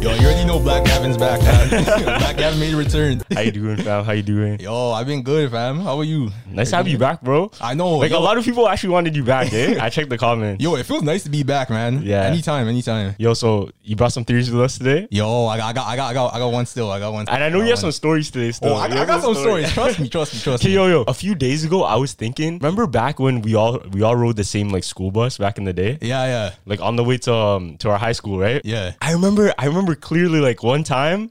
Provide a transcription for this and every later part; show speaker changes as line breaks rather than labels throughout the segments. Yo, you already know Black Gavin's back, man. Black Gavin made a return.
How you doing, fam? How you doing?
Yo, I've been good, fam. How are you?
Nice to have you back, bro.
I know.
Like
yo,
a lot of people actually wanted you back, eh? I checked the comments.
Yo, it feels nice to be back, man.
Yeah.
Anytime, anytime.
Yo, so you brought some theories with us today,
Yo, I got, I got, I got, I got, I got one still. I got one. Still.
and I know
got
you have
one.
some stories today.
Oh,
Still,
I,
You
I
have
got
some
some
story.
stories. Trust me, trust me, trust
Okay,
me.
yo, yo. A few days ago, I was thinking. Remember back when we all we all rode the same like school bus back in the day,
Yeah, yeah,
like on the way to um to our high school, right?
yeah.
I remember I remember clearly like one time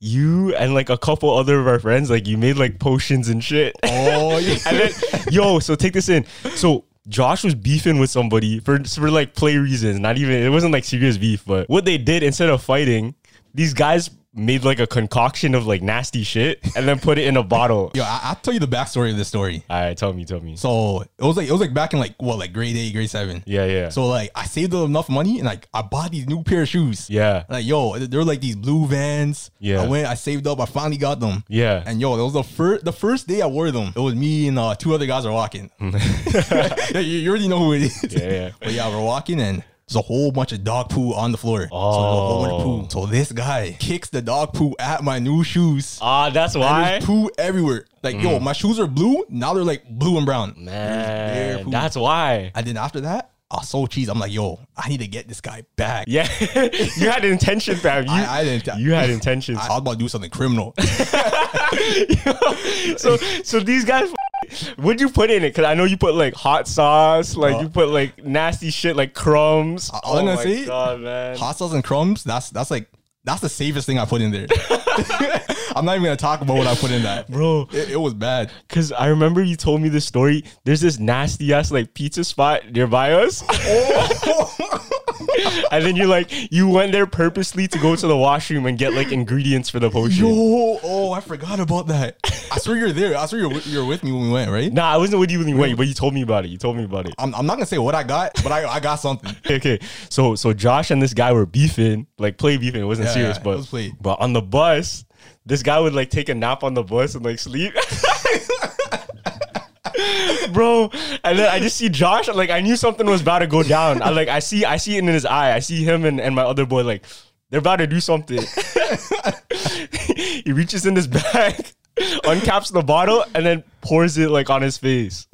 you and like a couple other of our friends like you made like potions and shit.
Oh,
and
yeah.
then yo, so take this in. So Josh was beefing with somebody for for like play reasons. Not even it wasn't like serious beef, but what they did instead of fighting, these guys made like a concoction of like nasty shit and then put it in a bottle.
Yo, I, I'll tell you the backstory of this story.
All right, tell me, tell me.
So it was like, it was like back in like what, like grade eight, grade seven.
yeah, yeah.
So like, I saved up enough money and like, I bought these new pair of shoes.
yeah.
Like, yo, they were like these blue vans.
Yeah.
I went, I saved up, I finally got them.
Yeah.
And yo, that was the first the first day I wore them. It was me and uh, two other guys are walking. Yeah, you, you already know who it is.
Yeah, yeah.
But yeah, we're walking and there's a whole bunch of dog poo on the floor. So, there's a whole bunch of poo. so this guy kicks the dog poo at my new shoes.
Ah, that's
And
why.
there's poo everywhere. Like, yo,
Mm.
my shoes are blue. Now they're like blue and brown. There's bare
Man,
poo.
that's why.
And then after that, I sold cheese. I'm like, yo, I need to get this guy back.
Yeah, you had intention, fam. You,
I- I didn't-
You had intentions.
I, I was about to do something criminal.
so so these guys would you put in it because i know you put like hot sauce like
Uh.
you put like nasty shit like crumbs Oh
all I'm gonna say-
god man
hot sauce and crumbs. That's that's like that's the safest thing I put in there. I'm not even gonna talk about what I put in that,
Bro.
It, it was bad.
because i remember you told me this story there's this nasty ass like pizza spot nearby us
Oh.
and then you're like you went there purposely to go to the washroom and get like ingredients for the potion
Yo, oh, I forgot about that. I swear you're there. I swear you're wi- you're with me when we went, right?
nah i wasn't with you when you went but you told me about it you told me about it
I'm, I'm not gonna say what I got, but I, I got something.
Okay, okay. So so Josh and this guy were beefing, like play beefing. It wasn't
Yeah,
serious,
yeah, it
but
was play.
but on the bus, this guy would like take a nap on the bus and like sleep. Bro, and then I just see Josh. Like I knew something was about to go down. I like I see I see it in his eye. I see him and, and my other boy like they're about to do something. he reaches in his bag, uncaps the bottle, and then pours it like on his face.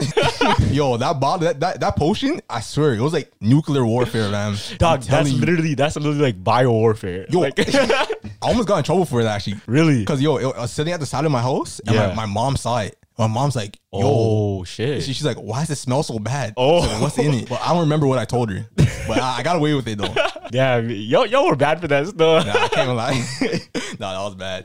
Yo, that bottle, that, that that potion, I swear it was like nuclear warfare, man.
Dog,
telling
that's
you.
literally that's literally like bio warfare.
Yo.
Like-
I almost got in trouble for it actually.
Really?
Because yo, it- I was sitting at the side of my house, and
Yeah.
my, my mom saw it. My mom's like, yo.
Oh shit.
She- she's like, why does it smell so bad?
Oh.
I was like, what's in it? But I don't remember what I told her. But I, I got away with it though. Nah,
yeah, I mean, yo, yo, we're bad for that stuff.
I can't even lie. nah, that was bad.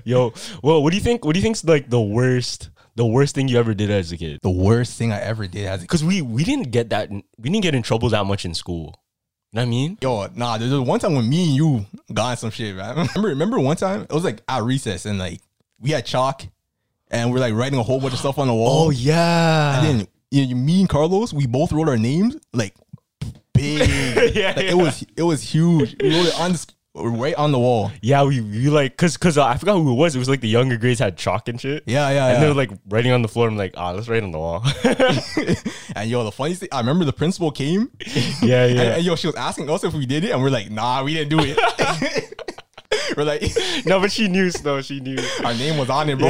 Yo, well, what do you think? What do you think's like the worst, the worst thing you ever did as a kid?
the worst thing I ever did as a
Because we we didn't get that, we didn't get in trouble that much in school. You know what I mean?
Yo, nah, there's one time when me and you got in some shit, man. Remember, remember one time? It was like at recess and like we had chalk and we're like writing a whole bunch of stuff on the
Oh,
wall.
yeah.
And then you know, me and Carlos, we both wrote our names like big.
Yeah,
Like,
yeah.
It was it was huge. We wrote it on the, s- right on the wall.
yeah, we, we like, cause cause uh, I forgot who it was. It was like the younger grades had chalk and shit.
Yeah, yeah,
And
yeah.
they were like writing on the floor. I'm like, ah, let's write on the wall.
And yo, the funniest thing, I remember the principal came
yeah,
and,
yeah.
and yo, she was asking us if we did it, and we're like, nah, we didn't do it. we're like,
no, but she knew, though. She knew.
our name was on it, bro.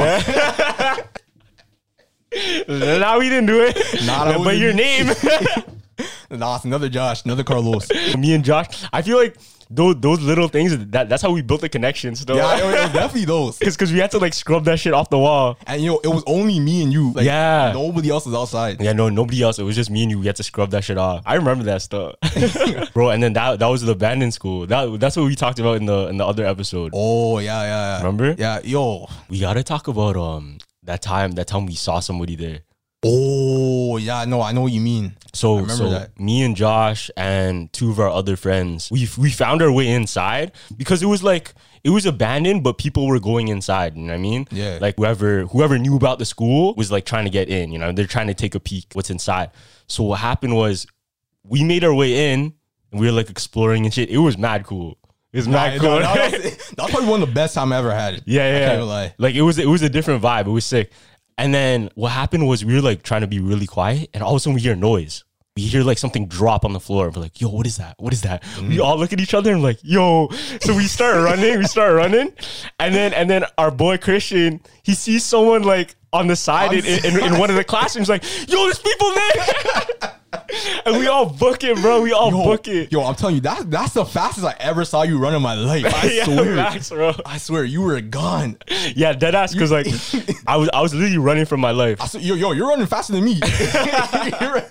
nah, we didn't do it.
Nah, that
but
wasn't
your
me.
name.
Nah, it's another Josh, another Carlos. yeah,
me and Josh, I feel like those those little things that that's how we built the connections though.
it was definitely those.
Cause, Cause we had to like scrub that shit off the wall.
And yo, it was only me and you. Like,
Yeah.
Nobody else was outside.
Yeah, no, nobody else. It was just me and you. We had to scrub that shit off. I remember that stuff, bro. And then that that was the abandoned school. That that's what we talked about in the in the other episode.
Oh, yeah, yeah, yeah.
Remember?
Yeah, yo.
We gotta talk about um that time that time we saw somebody there.
Oh yeah, no, I know what you mean.
So,
remember
so
that.
me and Josh and two of our other friends, we we found our way inside because it was like it was abandoned, but people were going inside. You know what I mean?
Yeah.
Like whoever whoever knew about the school was like trying to get in. You know, they're trying to take a peek what's inside. So what happened was we made our way in and we were like exploring and shit. It was mad cool. It was
I
mad cool.
know, that, was, that was probably one of the best time I ever had.
Yeah, yeah.
I
yeah.
can't even lie.
Like it was it was a different vibe. It was sick. And then what happened was we were like trying to be really quiet, and all of a sudden we hear a noise. We hear like something drop on the floor. We're like, yo, what is that? What is that? We
Mm.
all look at each other and like, yo. So we start running, we start running. And then and then our boy Christian, he sees someone like on the side in, in, in one of the classrooms, like, yo, there's people there. and we all book it, bro. We all book it.
Oh, Yo, I'm telling you, that that's the fastest I ever saw you run in my life. I
Yeah,
swear.
facts, bro.
I swear, you were gone.
Yeah, dead ass. Cause like I was I was literally running for my life.
I swear, yo, yo, you're running faster than me. You're-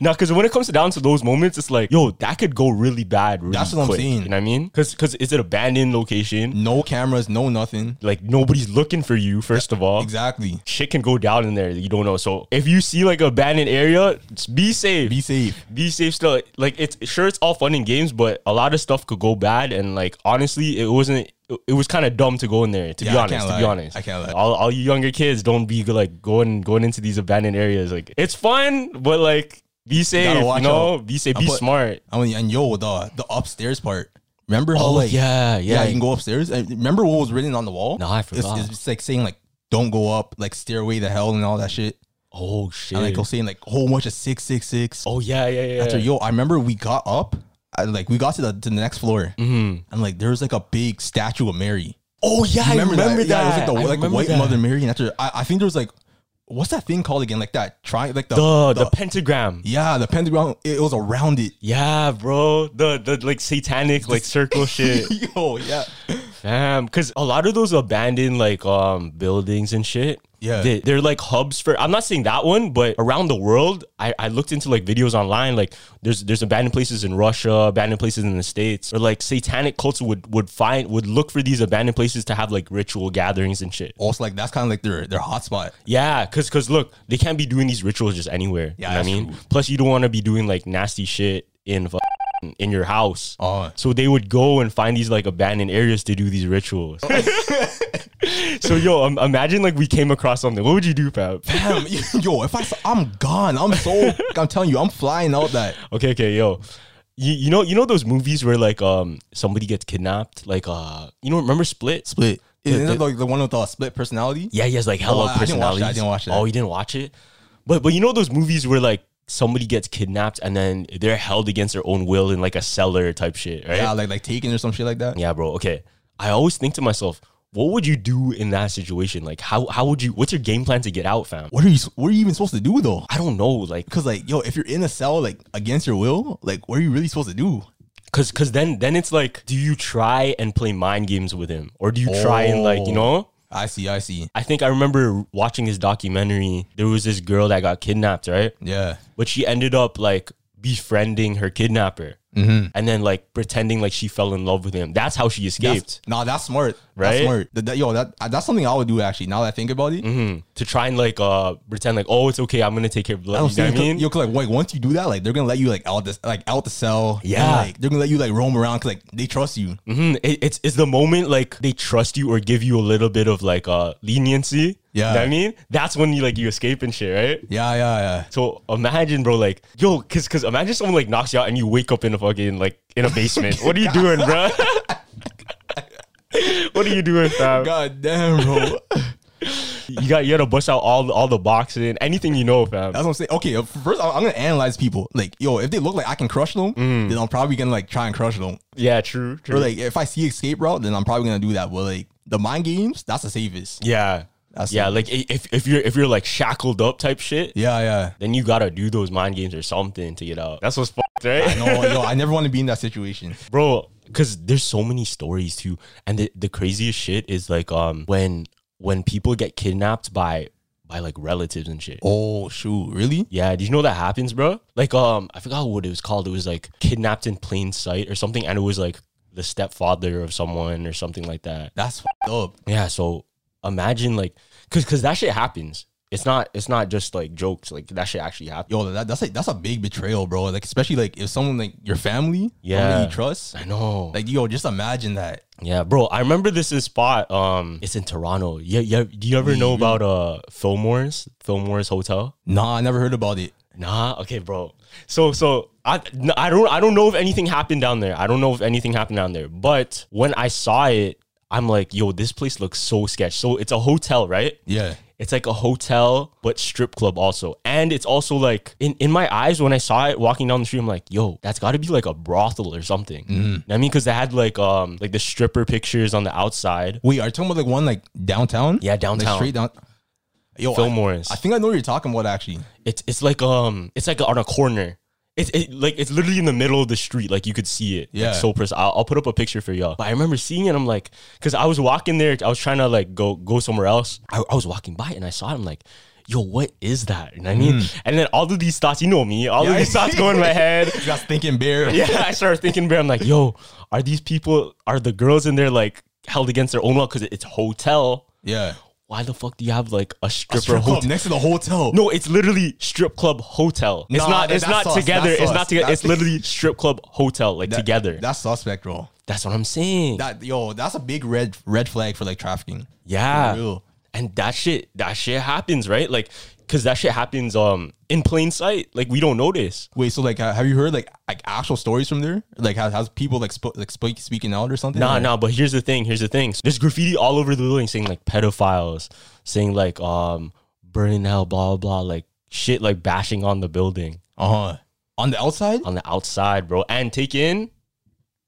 No, because when it comes down to those moments, it's like, yo, that could go really bad. Really
That's what I'm
quick,
saying.
You know what I mean? Because because it's an abandoned location.
no cameras, no nothing.
Like nobody's looking for you. First of all,
Exactly.
shit can go down in there. that You don't know. So if you see like an abandoned area, just be safe.
Be safe.
Be safe still. Like it's sure it's all fun and games, but a lot of stuff could go bad. And like honestly, it wasn't. it- It was kind of dumb to go in there. To
Yeah,
be
I
honest,
can't
to be
lie.
honest,
I can't lie.
All, all you younger kids, don't be like going going into these abandoned areas. Like it's fun, but like be safe. You,
watch
know,
out.
be safe.
I
be
put-
smart.
I mean, and yo, the the upstairs part. Remember how
Oh,
like
yeah, yeah.
you can go upstairs. And remember what was written on the wall?
No, I
It's-
forgot.
It's, just like saying like don't go up, like stairway to hell and all that shit.
Oh shit.
And like I was saying like a whole bunch of six six six.
oh yeah, yeah, yeah.
After yo, I remember we got up, I, like we got to the to the next floor,
Mhm.
and like there was like a big statue of Mary.
Oh yeah, I remember that.
Yeah, it was
I
like the like
remember
white
that.
Mother Mary, and after I, I think there was like what's that thing called again? Like that try like the
The, the pentagram.
yeah the pentagram. It, it was around it.
Yeah, bro. The the like satanic like circle shit.
yo, yeah,
Damn. Cause a lot of those abandoned like um buildings and shit.
Yeah.
They, they're like hubs for I'm not saying that one, but around the world, I, I looked into like videos online, like there's there's abandoned places in Russia, abandoned places in the States, or like satanic cults would would find would look for these abandoned places to have like ritual gatherings and shit.
also like that's kind of like their their hotspot.
Yeah, cause cause look, they can't be doing these rituals just anywhere.
Yeah,
you know what I
that's
mean.
true.
Plus, you don't want to be doing like nasty shit in fu- in your house.
Oh.
So they would go and find these like abandoned areas to do these rituals. so yo, um, imagine like we came across something. What would you do, Pap?
Damn, yo, if I saw, I'm gone. I'm so I'm telling you, I'm flying out that.
okay, okay, yo. You, you know you know those movies where like um somebody gets kidnapped like uh you know remember Split
Split. Isn't
the-
it like the one with the split personality?
Yeah, he has like hella
Oh, I didn't watch
personalities.
that, I didn't watch that.
Oh, you didn't watch it? But but you know those movies where like somebody gets kidnapped and then they're held against their own will in like a cellar type shit, right?
Yeah,
Yeah,
like like taken or some shit like that.
bro. Okay. I always think to myself, what would you do in that situation? Like how how would you what's your game plan to get out, fam?
What are you? What are you even supposed to do though?
I don't know, like
Because like, yo, if you're in a cell like against your will, like, what are you really supposed to do?
cause cause then then it's like, do you try and play mind games with him? Or do you try and like, you
Oh.
know?
I see, I see.
I think I remember watching his documentary. There was this girl that got kidnapped, right?
Yeah,
but she ended up like befriending her kidnapper and then like pretending like she fell in love with him. That's how she escaped
nah, Mm-hmm. that's smart.
Right?
That's
Mm-hmm.
smart. That, that- yo, that uh, that's something I would do actually. Now that I think about it,
to try and like uh pretend like oh it's okay I'm gonna take care of
I
love.
don't
You know what I mean?
yo, 'cause, like, like once you do that, like they're gonna let you like out this like out the cell. and,
Yeah.
like they're gonna let you like roam around because like they trust you.
Mhm. It- it's it's the moment like they trust you or give you a little bit of like uh leniency. You
Yeah.
know what I mean that's when you like you escape and shit, right?
Yeah, yeah, yeah.
So imagine, bro, like yo, cause cause imagine someone like knocks you out and you wake up in a fucking like in a basement. what are you doing, bro? what are you doing, fam?
God damn, bro.
You got you gotta bust out all all the boxing, anything you know, fam.
That's what I'm saying. Okay, uh, first I'm I'm gonna analyze people. Like, yo, if they look like I can crush them,
Mm.
then I'm probably gonna like try and crush them.
Yeah, true, true.
Or like if I see escape route, then I'm probably gonna do that. But like the mind games, that's the safest.
yeah,
That's
yeah. Like i- if if you're if you're like shackled up type shit,
Yeah, yeah.
then you gotta do those mind games or something to get out. That's what's fucked, right,
No, yo, I never want to be in that situation.
bro? Because there's so many stories too, and the the craziest shit is like um when when people get kidnapped by by like relatives and shit.
Oh shoot, really?
Yeah, did you know that happens, bro? Like, um, I forgot what it was called. It was like kidnapped in plain sight or something, and it was like the stepfather of someone or something like that.
That's fucked up.
Yeah, so imagine like, cause cause that shit happens. It's not. It's not just like jokes. Like that shit actually happened.
Yo, that, that's like that's a big betrayal, bro. Like especially like if someone like your family,
Yeah.
someone you trust,
I know.
like yo, just imagine that.
Yeah, bro. I remember this is spot. Um, it's in Toronto. Yeah, yeah. Do you ever know about uh Fillmore's Fillmore's Hotel?
Nah, I never heard about it.
Nah. Okay, bro. So so I n- I don't I don't know if anything happened down there. I don't know if anything happened down there. But when I saw it, I'm like, yo, this place looks so sketch. So it's a hotel, right?
Yeah,
It's like a hotel, but strip club also. And it's also like in, in my eyes when I saw it walking down the street, I'm like, yo, that's gotta be like a brothel or something. You know what I mean, cause they had like um like the stripper pictures on the outside.
wait, are you talking about like one like downtown?
Yeah, downtown.
like, straight down. Yo, I-
Fillmore's.
I, think I know what you're talking about actually.
It's it's like um it's like on a corner. It's it, like it's literally in the middle of the street, like you could see it.
Yeah.
Like, so precise. I'll, I'll put up a picture for y'all. But I remember seeing it. I'm like, because I was walking there. I was trying to like go go somewhere else. I, I was walking by and I saw it. I'm like, yo, what is that? You know what I mean? And then all of these thoughts, you know me, all of
Mm. Yeah.
these thoughts go in my head.
You got thinking bear.
Yeah, I started thinking, bear. I'm like, yo, are these people? Are the girls in there like held against their own will? Because it's hotel.
yeah.
Why the fuck do you have like a stripper
Strip club
hotel?
next to the hotel.
No, it's literally strip club hotel. It's
Nah,
not.
that-
It's
that's
not
sus,
together.
that's
It's
sus.
not together.
That's-
It's literally strip club hotel, like
That-
together.
That's suspect, bro.
that's what I'm saying.
That yo, that's a big red red flag for like trafficking.
yeah,
For real.
and that shit, that shit happens, right? Like, cause that shit happens um in plain sight. Like we don't notice.
Wait, so like, ha- have you heard like like actual stories from there? Like, has, has people like sp- like speak, speaking out or something?
Nah,
Like,
nah. But here's the thing. Here's the thing. There's graffiti all over the building saying like pedophiles, saying like um burning hell, blah blah blah, like shit, like bashing on the building
Uh huh. On the outside?
on the outside, bro. And take in,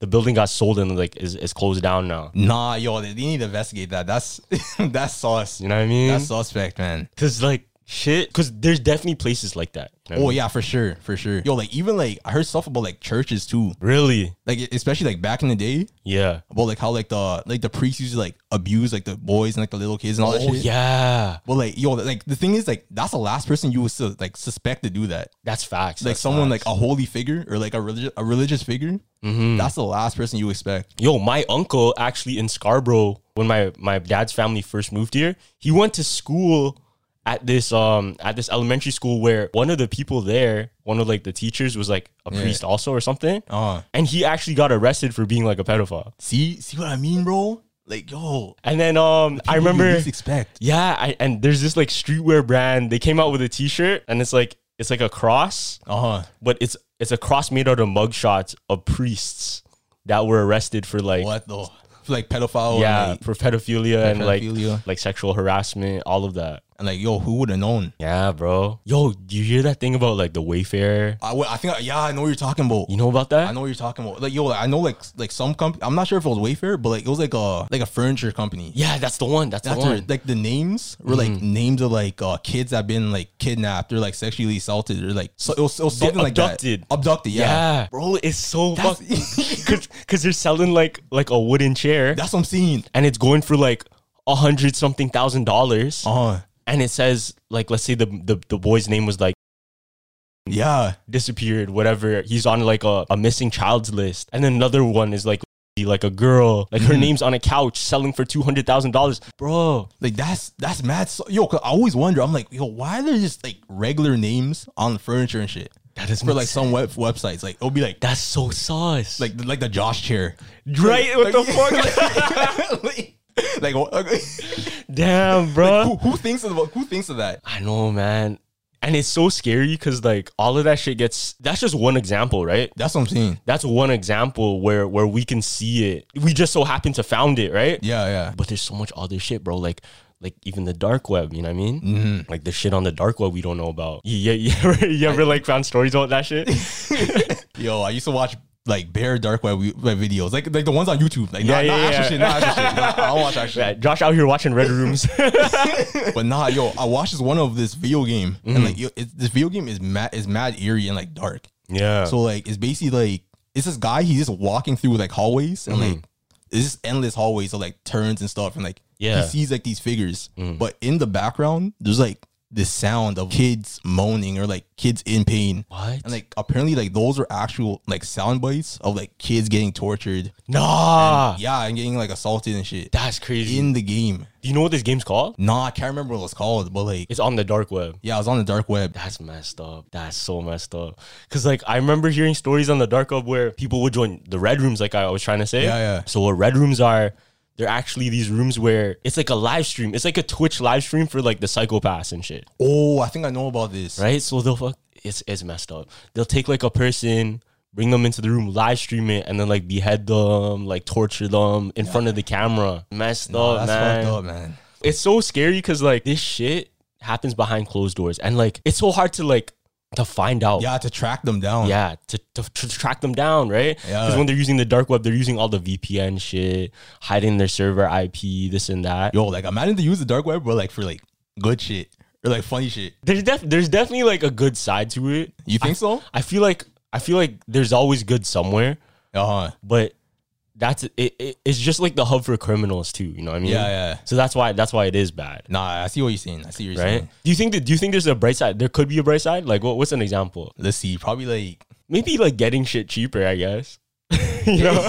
the building got sold and like is is closed down now.
Nah, yo, they, they need to investigate that. That's that's sauce.
You know what I mean?
That's suspect, man.
Cause like shit. Cause there's definitely places like that. you know what I
Oh
mean?
yeah, for sure, for sure. Yo, like even like I heard stuff about like churches too,
Really?
like e, especially like back in the day
Yeah.
about like how like the like the priests used to like abuse like the boys and like the little kids and all that
Oh
shit.
yeah.
But like yo, like the thing is like that's the last person you would su- like suspect to do that.
That's facts.
like someone like uh, a holy figure or like a religious a religious figure, that's the last person you expect.
yo, my uncle actually in Scarborough when my my dad's family first moved here, he went to school at this um at this elementary school where one of the people there, one of like the teachers was like a priest also or something.
Uh
And he actually got arrested for being like a pedophile.
see, see what I mean, bro? Like yo,
And then um I
what do you
remember
least expect.
Yeah, I, and there's this like streetwear brand. They came out with a T-shirt, and it's like it's like a cross,
Uh huh.
but it's it's a cross made out of mugshots of priests that were arrested for like
What though? For, like pedophile.
yeah
And like,
for pedophilia and
pedophilia.
like like sexual harassment, all of that.
and, like, yo, who would have known?
Yeah, bro. Yo, you hear that thing about like the Wayfair?
I would- I think. I- Yeah, I know what you're talking about.
You know about that?
I know what you're talking about. Like yo, like, I know like like some company. I'm not sure if it was Wayfair, but like it was like a like a furniture company.
Yeah, that's the one. That's,
That's
the
where,
one.
like the names were like
Mm-hmm.
names of like uh, kids that been like kidnapped or like sexually assaulted or like so it was, it was something like that.
abducted.
Abducted, yeah.
yeah. bro, it's so
That's-
fucked. Cause, cause they're selling like like a wooden chair,
That's what I'm seeing.
and it's going for like a hundred something thousand dollars.
Uh huh.
and it says like let's say the, the the boy's name was like
Yeah.
disappeared whatever he's on like a, a missing child's list and then another one is like like a girl like
Mm-hmm.
her name's on a couch selling for $200000 bro
Like that's that's mad. So, yo, 'cause I always wonder. I'm like, yo, why are there just like regular names on the furniture and shit
that is
for like some web websites? Like it'll be like
that's so sauce
like like the Josh chair,
right what the fuck
fuck? like, like,
damn bro
who, who thinks of who thinks of that?
I know, man. And it's so scary because like all of that shit gets. That's just one example, right?
That's what I'm saying.
That's one example where where we can see it. We just so happen to found it, right?
Yeah, yeah.
But there's so much other shit, bro. Like like even the dark web. You know what I mean?
Mm-hmm.
Like the shit on the dark web we don't know about. You, you, you ever you ever like found stories about that shit?
Yo, I used to watch like bare dark web, web videos, like like the ones on YouTube. Like
Yeah,
not, not
yeah,
actual
yeah.
shit, not actual shit. Nah, I don't watch actual
Yeah, Josh out here watching Red Rooms.
But nah, yo, I watched this one of this video game,
Mm-hmm.
and like yo, it, this video game is mad is mad eerie and like dark.
yeah.
So like it's basically like it's this guy, he's just walking through like hallways and like it's just endless hallways of like turns and stuff and like
Mm-hmm. Yeah. Mm.
he sees like these figures. But in the background, there's like the sound of kids moaning or like kids in pain.
What?
And like apparently like those were actual like sound bites of like kids getting tortured.
Nah,
Yeah, and getting like assaulted and shit.
that's crazy.
in the game.
Do you know what this game's called?
Nah, I can't remember what it was called, but like
It's on the dark web.
yeah, I was on the dark web.
That's messed up. That's so messed up. Cause like I remember hearing stories on the dark web where people would join the red rooms, like I was trying to say.
Yeah, yeah.
So what red rooms are? They're actually these rooms where it's like a live stream. It's like a Twitch live stream for like the psychopaths and shit,
Oh, I think I know about this.
right? So they'll fuck. It's it's messed up. They'll take like a person, bring them into the room, live stream it, and then like behead them, like torture them in front of the camera. Messed
Oh,
up,
that's
man.
fucked up, man.
it's so scary because like this shit happens behind closed doors and like it's so hard to like to find out
Yeah, to track them down.
yeah to, to, to track them down right
Yeah.
because when they're using the dark web they're using all the vpn shit hiding their server ip this and that
Yo, like imagine they use the dark web, but like for like good shit or like funny shit.
there's def- there's definitely like a good side to it
You think so?
i feel like i feel like there's always good somewhere
Uh huh.
but that's it, it it's just like the hub for criminals too you know what i mean
Yeah, yeah.
so that's why that's why it is bad
Nah, I see what you're saying. I see what you're
right
saying.
do you think that do you think there's a bright side there could be a bright side like what, what's an example
Let's see. Probably like
maybe like getting shit cheaper, I guess. you know,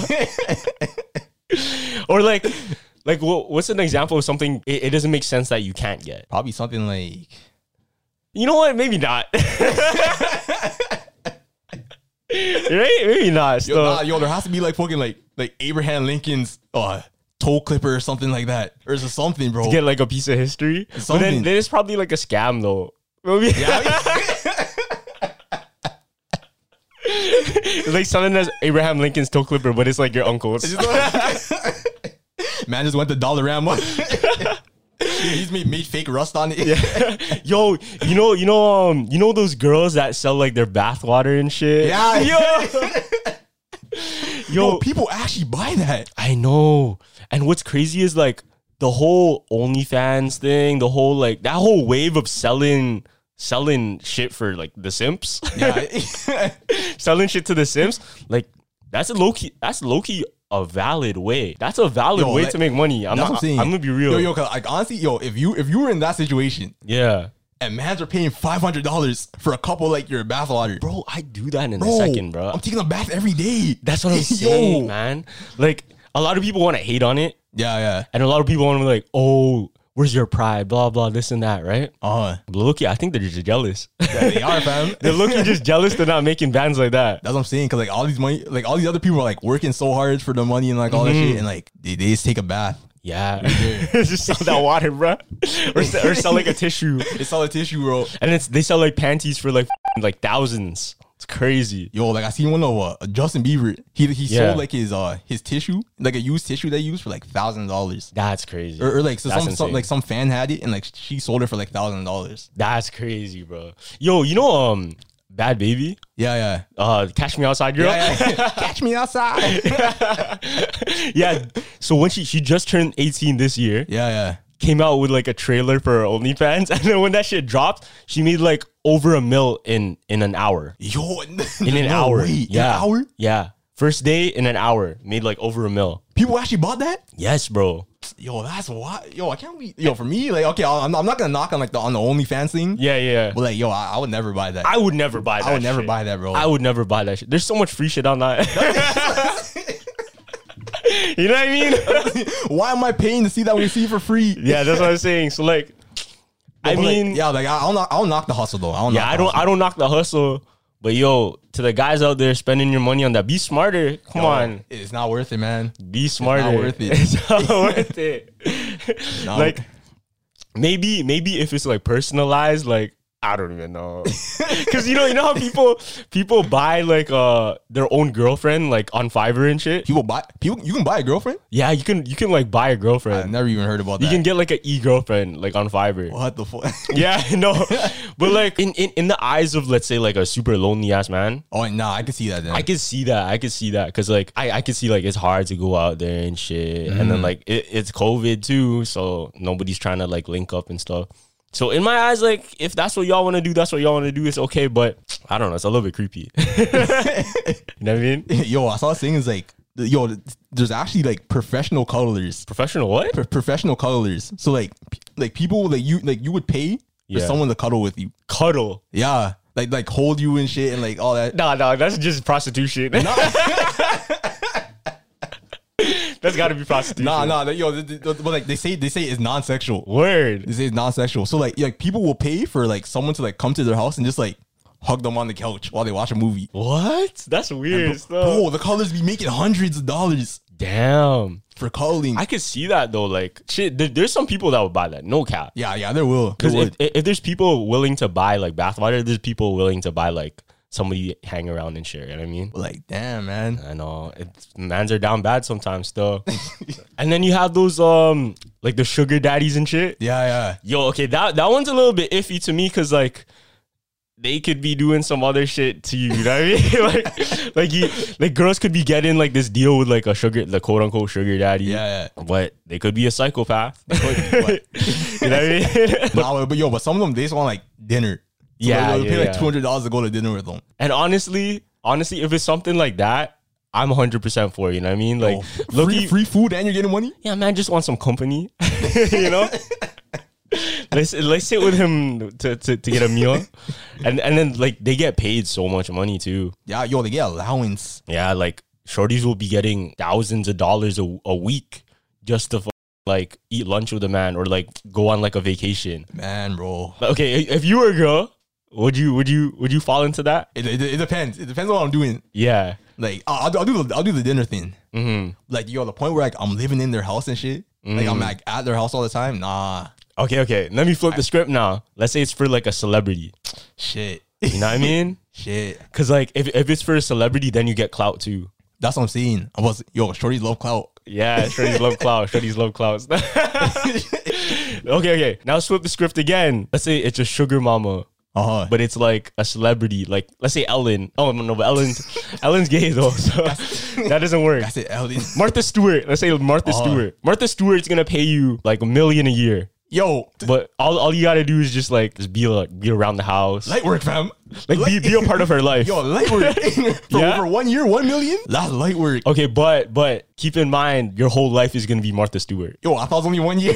or like, like wha- what's an example of something it, it doesn't make sense that you can't get?
probably something like
You know what? Maybe not. right? Maybe not.
yo,
So
nah, yo, there has to be like fucking like like Abraham Lincoln's uh toe clipper or something like that or so- something, bro.
get like a piece of history. But
Something.
then, then it's probably like a scam though. Maybe it's like something that's Abraham Lincoln's toe clipper, but it's like your uncle's.
Man just went to Dollarama. He's made, made fake rust on it.
Yo, you know, you know, um, you know those girls that sell like their bathwater and shit.
Yeah.
yo, yo,
Yo, people actually buy that.
I know. And what's crazy is like the whole OnlyFans thing, the whole like that whole wave of selling selling shit for like the simps,
Yeah.
selling shit to the simps. Like that's a low key. That's low key a valid way. That's a valid
Yo,
way
like-
to make money. I'm
That's
not.
what I'm saying.
I'm gonna be real.
Yo, yo, 'cause, like honestly, yo, if you if you were in that situation
Yeah,
and mans are paying five hundred dollars for a couple like your bathwater,
bro, I do that in
Bro,
a second, bro.
I'm taking a bath every day.
That's what I'm
Yo.
saying, man. Like a lot of people want to hate on it,
Yeah, yeah.
and a lot of people want to be like, "Oh, where's your pride?" Blah blah, this and that, right?
Uh,
But Loki, I think they're just jealous.
yeah, they are fam.
they're looking just jealous. They're not making bands like that.
That's what I'm saying. Cause like all these money, like all these other people are like working so hard for the money and like all
Mm-hmm.
that shit, and like they, they just take a bath.
Yeah, just sell that water, bro, or, s- or sell like a tissue,
It's all the tissue, bro.
and it's they sell like panties for like like thousands. It's crazy.
Yo, like I seen one of uh, Justin Bieber. He he
Yeah.
sold like his uh his tissue, like a used tissue they used for like thousand dollars.
That's crazy.
Or, or like so
That's
some, some
insane.
like some fan had it and like she sold it for like thousand dollars.
That's crazy, bro. Yo, you know, um, Bad Baby,
Yeah, yeah.
uh, Catch Me Outside, girl.
Yeah, yeah, yeah. Catch me outside. yeah,
yeah. So when she she just turned 18 this year,
yeah.
came out with like a trailer for her OnlyFans, and then when that shit dropped, she made like over a mil in in an hour.
Yo, in
In an hour.
yeah.
yeah.
An hour?
Yeah. First day in an hour, made like over a mil.
People actually bought that?
Yes, bro.
Yo, that's what. Yo, I can't be. Yo, for me, like, okay, I'm, I'm not gonna knock on like the on the OnlyFans thing.
Yeah, yeah.
But like, yo, I, I would never buy that. I,
I would never buy that.
would never
shit.
buy that, bro.
I would never buy that shit. There's so much free shit on that. you know what I mean?
Why am I paying to see that when you see it for free?
yeah, that's what I'm saying. So like,
But,
I
like,
mean,
yeah, like I, I'll knock, I'll knock the hustle though. I don't.
Yeah,
knock
I
the
don't I don't knock the hustle, but yo, to the guys out there spending your money on that, be smarter. Come
hustle.
on,
it's not worth it, man.
be smarter.
worth it.
It's not worth it.
Not
like
worth-
maybe maybe if it's like personalized, like I don't even know, because you know you know how people people buy like uh their own girlfriend like on Fiverr and shit.
people buy people. You can buy a girlfriend.
Yeah, you can you can like buy a
I
girlfriend.
never even heard about that.
You can get like an e girlfriend like on Fiverr.
what the fuck?
Yeah, no, but like in, in in the eyes of let's say like a super lonely ass man,
oh, nah, I can see that. Then.
I can see that. I can see that because like I, I can see like it's hard to go out there and shit, and then like it, it's COVID too, so nobody's trying to like link up and stuff. So in my eyes, like if that's what y'all want to do, that's what y'all want to do. It's okay, but I don't know. It's a little bit creepy. you know what I mean?
yo, I saw this thing is like, th- yo, th- there's actually like professional colors,
Professional what?
pro- professional colors. So like, p- like people like you like you would pay
Yeah.
for someone to cuddle with you.
Cuddle.
Yeah, like like hold you and shit and like all that.
Nah, nah, that's just prostitution. that's gotta be prostitution.
Nah, nah, that- yo, th- th- but like they say, they say it's non-sexual.
Word.
They say it's non-sexual. So like, yeah, like people will pay for like someone to like come to their house and just like hug them on the couch while they watch a movie.
What? That's weird stuff.
Bro, the colors be making hundreds of dollars
Damn.
for calling.
I could see that though. Like shit, there, there's some people that would buy that. No cap.
yeah, yeah, there will. There
Because
will.
if, if if there's people willing to buy like bathwater, there's people willing to buy like somebody hang around and share. You know what I mean?
like, damn, man.
I know it's, mans are down bad sometimes still. and then you have those um like the sugar daddies and shit.
Yeah, yeah.
Yo, okay, that that one's a little bit iffy to me because like they could be doing some other shit to you. You know what I mean? like like you like girls could be getting like this deal with like a sugar the quote unquote sugar daddy.
Yeah,
But they could be a psychopath. you know
But,
what I mean?
but, nah, but yo, but some of them they just want like dinner. So
Yeah,
they'll, they'll pay
yeah,
like
yeah.
two hundred dollars to go to dinner with them.
And honestly, honestly, if it's something like that, I'm 100% for it, you know what I mean? Like,
Oh.
look,
free, free food and you're getting money.
yeah, man, just want some company, you know? let's let's sit with him to, to, to get a meal, and and then like they get paid so much money too.
Yeah, yo, they get allowance.
Yeah, like shorties will be getting thousands of dollars a, a week just to f- like eat lunch with a man or like go on like a vacation.
Man, bro.
But, okay, i- if you were a girl, would you would you would you fall into that?
It, it, it depends. It depends on what I'm doing.
Yeah.
Like I'll, I'll do- I'll do the I'll do the dinner thing.
Mm-hmm.
Like yo, the point where like I'm living in their house and shit. Like I'm like at their house all the time. Nah,
Okay, okay. Let me flip the script now. Let's say it's for like a celebrity.
shit,
You know what I mean?
shit.
Because like if, if it's for a celebrity, then you get clout too.
That's what I'm saying. I was yo, shorties love clout.
Yeah, shorties love clout. Shorties love clouts. okay, okay. Now let's flip the script again. Let's say it's a sugar mama,
Uh huh.
but it's like a celebrity. Like let's say Ellen. Oh no, no, but Ellen's Ellen's gay though, so that doesn't work.
I said Elden.
Martha Stewart. Let's say Martha Stewart. Martha Stewart's gonna pay you like a million a year.
Yo, t-
But all, all you gotta do is just like just be like be around the house.
light work, fam.
Like, be, be a part of her life.
Yo, light work for
Yeah? Oh.
over one year, one million. That's light work.
Okay, but but keep in mind your whole life is gonna be Martha Stewart.
Yo, I thought it was only one year.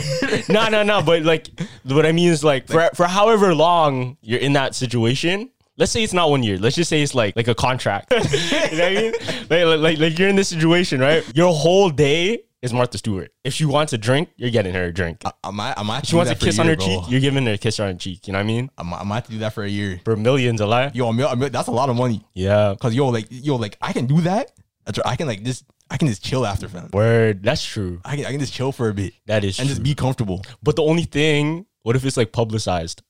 No, no, no. But like, what I mean is like for for however long you're in that situation. Let's say it's not one year. Let's just say it's like like a contract. you know what I mean? Like, like like like you're in this situation, right? Your whole day is Martha Stewart. If she wants a drink, you're getting her a drink.
I might, I might.
she wants a kiss on her
bro.
cheek, you're giving her a kiss on her cheek. You know what I mean?
I might, I might have to do that for a year.
For millions, a lot.
Yo, a mil- a mil- that's a lot of money.
Yeah.
Cause yo, like yo, like I can do that. That's right. I can like just, I can just chill after, fam.
Word. That's true.
I can, I can just chill for a bit
That is
and
true.
just be comfortable.
But the only thing, what if it's like publicized?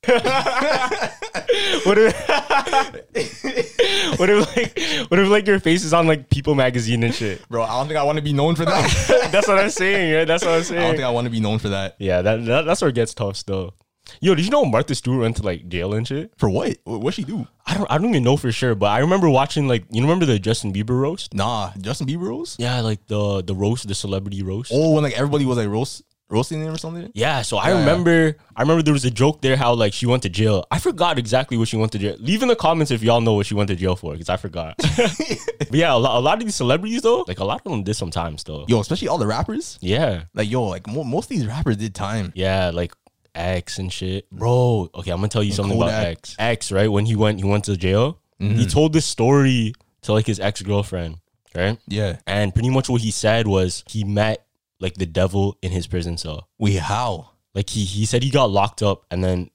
what if What if like what if like your face is on like People magazine and shit?
Bro, I don't think I want to be known for that.
That's what I'm saying, right? That's what I'm
I don't
saying.
think I want to be known for that.
yeah, that, that that's where it gets tough still. Yo, did you know Martha Stewart went to like jail and shit?
For what? Wh- What she do?
I don't I don't even know for sure, but I remember watching like you remember the Justin Bieber roast?
Nah, Justin Bieber roast.
Yeah, like the the roast, the celebrity roast.
Oh, when like everybody was like roast, roasting him or something.
Yeah, so I remember I remember there was a joke there how like she went to jail. I forgot exactly what she went to jail. Leave in the comments if y'all know what she went to jail for because I forgot. but yeah, a lot, a lot of these celebrities though, like a lot of them did sometimes though.
Yo, especially all the rappers.
Yeah.
Like yo, like mo- most of these rappers did time.
Yeah, like X and shit. Bro, okay, I'm gonna tell you something about
Kodak.
X. X, right? When he went he went to jail, he told this story to like his ex-girlfriend, right?
Yeah.
And pretty much what he said was he met like the devil in his prison cell.
We how?
Like he he said he got locked up and then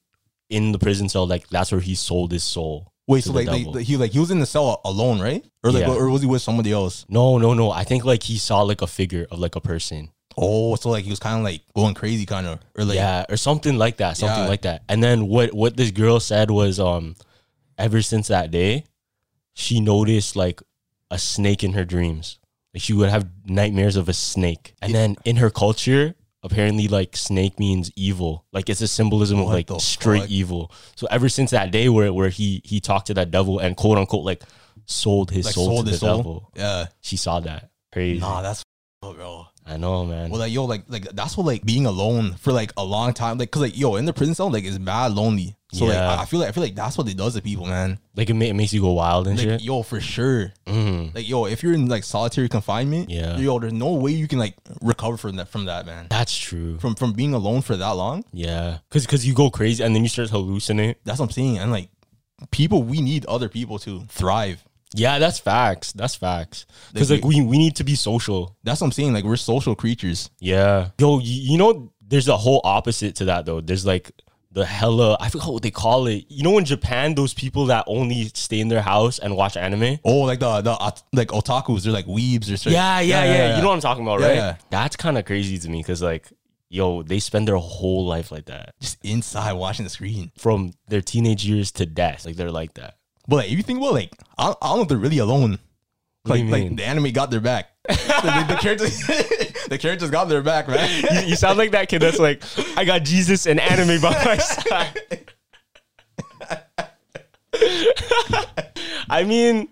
in the prison cell, like that's where he sold his soul.
Wait,
to
so
the
like, like,
devil.
like, he like he was in the cell alone, right? Or like,
Yeah.
or was he with somebody else?
no, no, no. I think like he saw like a figure of like a person.
Oh, so like he was kind of like going crazy, kind of, or like
yeah, or something like that. Something
Yeah.
like that. And then what what this girl said was um ever since that day, she noticed like a snake in her dreams. Like she would have nightmares of a snake. And then in her culture, apparently like snake means evil. Like it's a symbolism of
What
like
the
straight
fuck?
evil. So ever since that day where where he he talked to that devil and quote unquote like sold his
like
soul
sold
to
his
the
soul.
devil,
Yeah.
she saw that. Crazy.
Nah, that's f- bro.
I know, man.
Well, like yo, like like that's what like being alone for like a long time, like cause like yo in the prison cell like it's bad lonely. So
Yeah.
like, I- I feel like I feel like that's what it does to people, man.
Like it, ma- it makes you go wild and
Like,
shit. Mm-hmm.
yo, for sure. Like, yo, if you're in like solitary confinement,
Yeah.
yo, there's no way you can like recover from that from that, man.
That's true.
From from being alone for that long.
Yeah, cause cause you go crazy and then you start hallucinating.
That's what I'm saying. And like, people, we need other people to thrive.
Yeah, that's facts. That's facts. Cause
Like,
like we we need to be social.
That's what I'm saying. Like, we're social creatures.
Yeah. Yo, y- you know, there's a whole opposite to that though. There's like the hella. I forgot what they call it. You know, in Japan, those people that only stay in their house and watch anime.
Oh, like the the ot- like otakus, they're like weebs or certain-
Yeah, yeah, yeah, You know what I'm talking about,
Yeah,
right?
yeah.
That's kind of crazy to me because, like, yo, they spend their whole life like that
just inside watching the screen.
from their teenage years to death. Like, they're like that.
But like, if you think about like, I, I don't know if they're really alone.
What do
Like,
you
like
mean?
the anime got their back. the, the, the characters, the characters got their back, man.
You, you sound like that kid that's like, I got Jesus and anime by my side. I mean,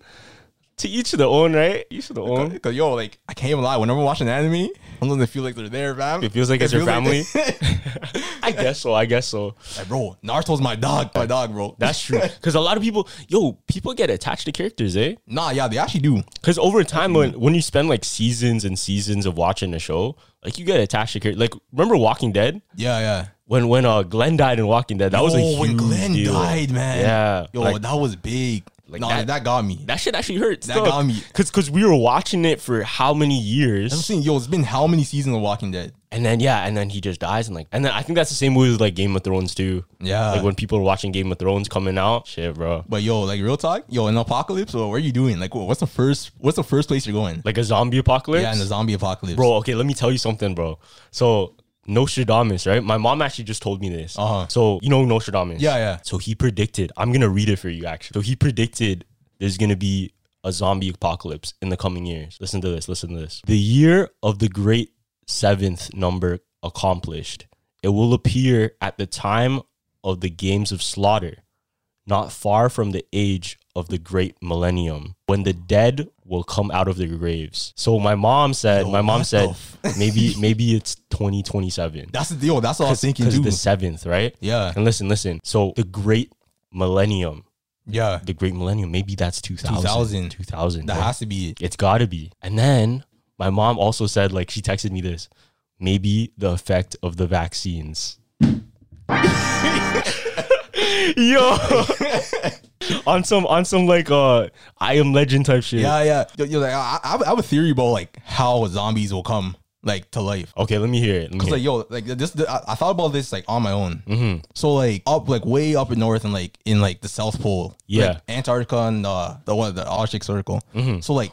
to each their own, right? Each their own.
Cause yo, like I can't even lie. Whenever I watch an anime, sometimes I feel like they're there, fam.
It feels like it's your family.
feels like-
I guess so. I guess so.
Like, bro, Naruto's my dog, my dog, bro.
That's true. Because a lot of people, yo, people get attached to characters, eh?
nah, yeah, they actually do.
Because over time, when, when you spend like seasons and seasons of watching a show, like you get attached to characters. Like remember Walking Dead
Yeah, yeah.
when when uh Glenn died in Walking Dead, that was a
oh,
huge
when Glenn
deal.
died, man.
Yeah,
Yo,
like-
that was big.
Like
nah,
that-
that, got me.
That shit actually hurts.
That got me.
Because we were watching it for how many
I'm
years,
saying, yo, it's been how many seasons of Walking Dead?
and then yeah, and then he just dies, and like, and then I think that's the same with like Game of Thrones too.
Yeah.
like when people are watching Game of Thrones coming out, shit, bro.
But yo, like real talk, yo, in apocalypse, well, what are you doing? Like, wha- what's the first? What's the first place you're going?
Like a zombie apocalypse.
yeah, in the zombie apocalypse,
Bro, okay, let me tell you something, bro. So Nostradamus, right? My mom actually just told me this.
Uh-huh.
So you know Nostradamus.
Yeah, yeah.
So he predicted. I'm gonna read it for you actually. So he predicted there's gonna be a zombie apocalypse in the coming years. Listen to this, listen to this. The year of the great seventh number accomplished. It will appear at the time of the games of slaughter not far from the age of the great millennium when the dead will come out of their graves. So my mom said, my mom
what
said
the f-
maybe maybe it's 2027.
That's the yo. That's what I was thinking
Cuz
too.
the 7th, right?
yeah,
And listen, listen. So the great millennium,
yeah,
the great millennium, maybe that's 2000.
2000.
2000.
that
right?
has to be it.
It's got to be. And then my mom also said like she texted me this, maybe the effect of the vaccines. Yo. on some on some like uh I am legend type shit.
Yeah, yeah. Yo, yo, like, I, I, have- I have a theory about like how zombies will come like to life.
Okay, Mm-hmm. let me hear it. Let me
Cause
hear
like yo, like this, I, I thought about this like on my own. So like up, like way up north and like in like the South Pole,
Yeah. Mm-hmm.
like, Antarctica and uh, the one the Arctic Circle. So like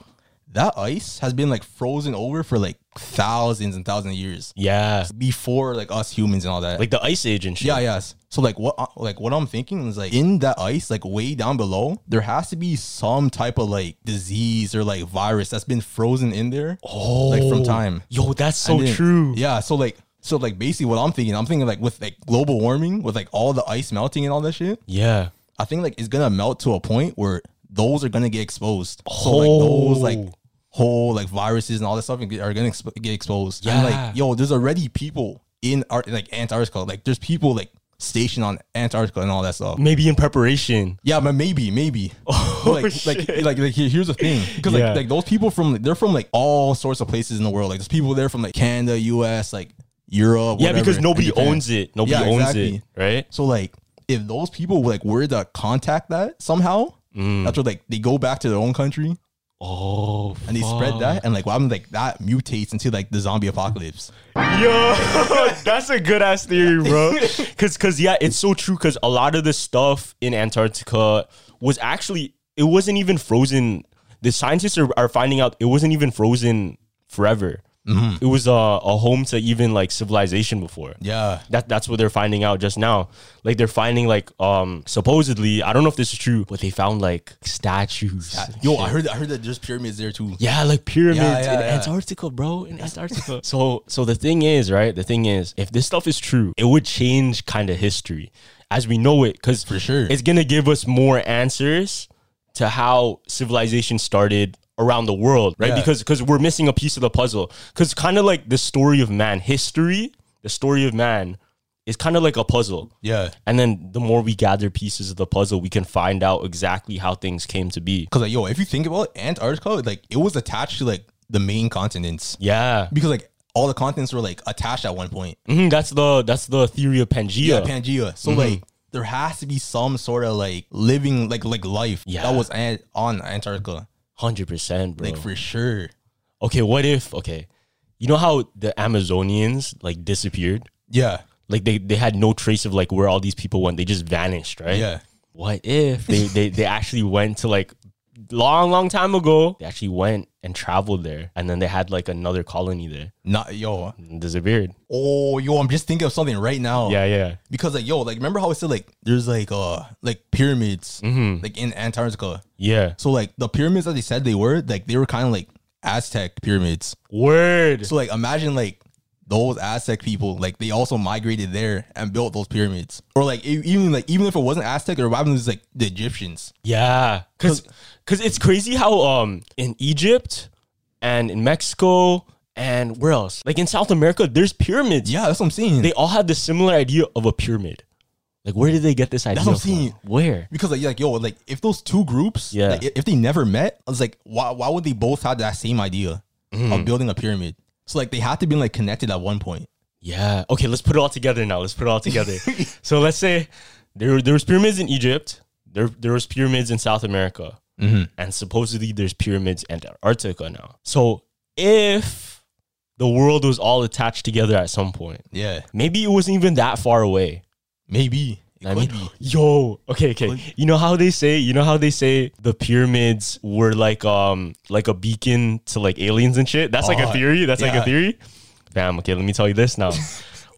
that ice has been like frozen over for like thousands and thousands of years.
it. Yeah.
before like us humans and all that.
Like the ice age and shit.
yeah, yes. So like what I- like what I'm thinking is like in that ice, like way down below, there has to be some type of like disease or like virus that's been frozen in there.
Oh.
like from time.
Yo, that's so
And then-
true.
Yeah. So like so like basically what I'm thinking, I'm thinking like with like global warming, with like all the ice melting and all that shit,
Yeah.
I think like it's gonna melt to a point where those are gonna get exposed. So like those like
Oh.
whole like viruses and all that stuff are gonna exp- get exposed. And
Yeah.
like yo, there's already people in Ar- like Antarctica. Like there's people like stationed on Antarctica and all that stuff.
Maybe in preparation.
Yeah, but maybe, maybe. But, like, like,
Oh, shit.
like, like, here- here's the thing, because
Yeah.
like, like those people from, they're from like all sorts of places in the world. Like, there's people there from like Canada, U.S., like Europe.
Yeah, because
whatever,
nobody
and Japan.
owns it. Nobody
Yeah,
owns it,
exactly.
right?
So like if those people like were to contact that somehow, after like they go back to their own country
Mm. Oh.
and they spread that and like well, I'm like that mutates into like the zombie apocalypse.
Yo, that's a good ass theory, bro. Cause, cause yeah, it's so true. Cause a lot of the stuff in Antarctica was actually it wasn't even frozen. The scientists are, are finding out it wasn't even frozen forever. It was a, a home to even like civilization before.
Yeah.
That that's what they're finding out just now. Like they're finding like um supposedly I don't know if this is true, but they found like statues.
Yo, I heard I heard that there's pyramids there too.
Yeah, like pyramids
Yeah, yeah,
in
yeah.
Antarctica, bro. In Antarctica. so so the thing is, right? The thing is, if this stuff is true, it would change kind of history as we know it. Cause
For sure.
It's gonna give us more answers to how civilization started around the world, right?
Yeah.
Because because we're missing a piece of the puzzle. Cause kind of like the story of man, history, the story of man it's kind of like a puzzle.
Yeah.
And then the more we gather pieces of the puzzle, we can find out exactly how things came to be.
Cause like yo, if you think about it, Antarctica, like it was attached to like the main continents
Yeah.
because like all the continents were like attached at one point.
Mhm, that's the that's the theory of Pangea.
Yeah, Pangea. So
Mm-hmm.
like there has to be some sort of like living like like life
Yeah.
that was an- on Antarctica,
100%, bro.
like for sure.
okay, what if okay. You know how the Amazonians like disappeared?
Yeah,
Like they, they had no trace of like where all these people went. They just vanished, right?
yeah.
What if they, they they actually went to like long, long time ago. They actually went and traveled there and then they had like another colony there
Not yo.
and disappeared.
Oh yo, I'm just thinking of something right now.
Yeah, yeah.
Because like yo, like remember how I said like there's like uh like pyramids
Mm-hmm.
like in Antarctica.
Yeah.
So like the pyramids that they said they were like they were kind of like Aztec pyramids.
Word.
So like imagine like those Aztec people like they also migrated there and built those pyramids. Or like e- even like even if it wasn't Aztec or what happened was like the Egyptians.
Yeah, cause, cause it's crazy how um in Egypt and in Mexico and where else, like in South America, there's pyramids.
Yeah, that's what I'm saying.
they all had the similar idea of a pyramid. Like, where did they get this idea?
what I'm
from?
saying.
Where?
because like, like yo like if those two groups
Yeah.
like, i- if they never met I was like why why would they both have that same idea
Mm-hmm.
of building a pyramid? So like they had to be like connected at one point.
Yeah. Okay, let's put it all together now. Let's put it all together. so let's say there there was pyramids in Egypt. There there was pyramids in South America,
Mm-hmm.
and supposedly there's pyramids in Antarctica now. So if the world was all attached together at some point.
Yeah,
Maybe it wasn't even that far away.
maybe. It
I mean,
could be.
yo, okay, okay. You know how they say, you know how they say the pyramids were like um like a beacon to like aliens and shit. That's like a
Oh,
theory. That's like
yeah.
a theory. Fam, okay, let me tell you this now.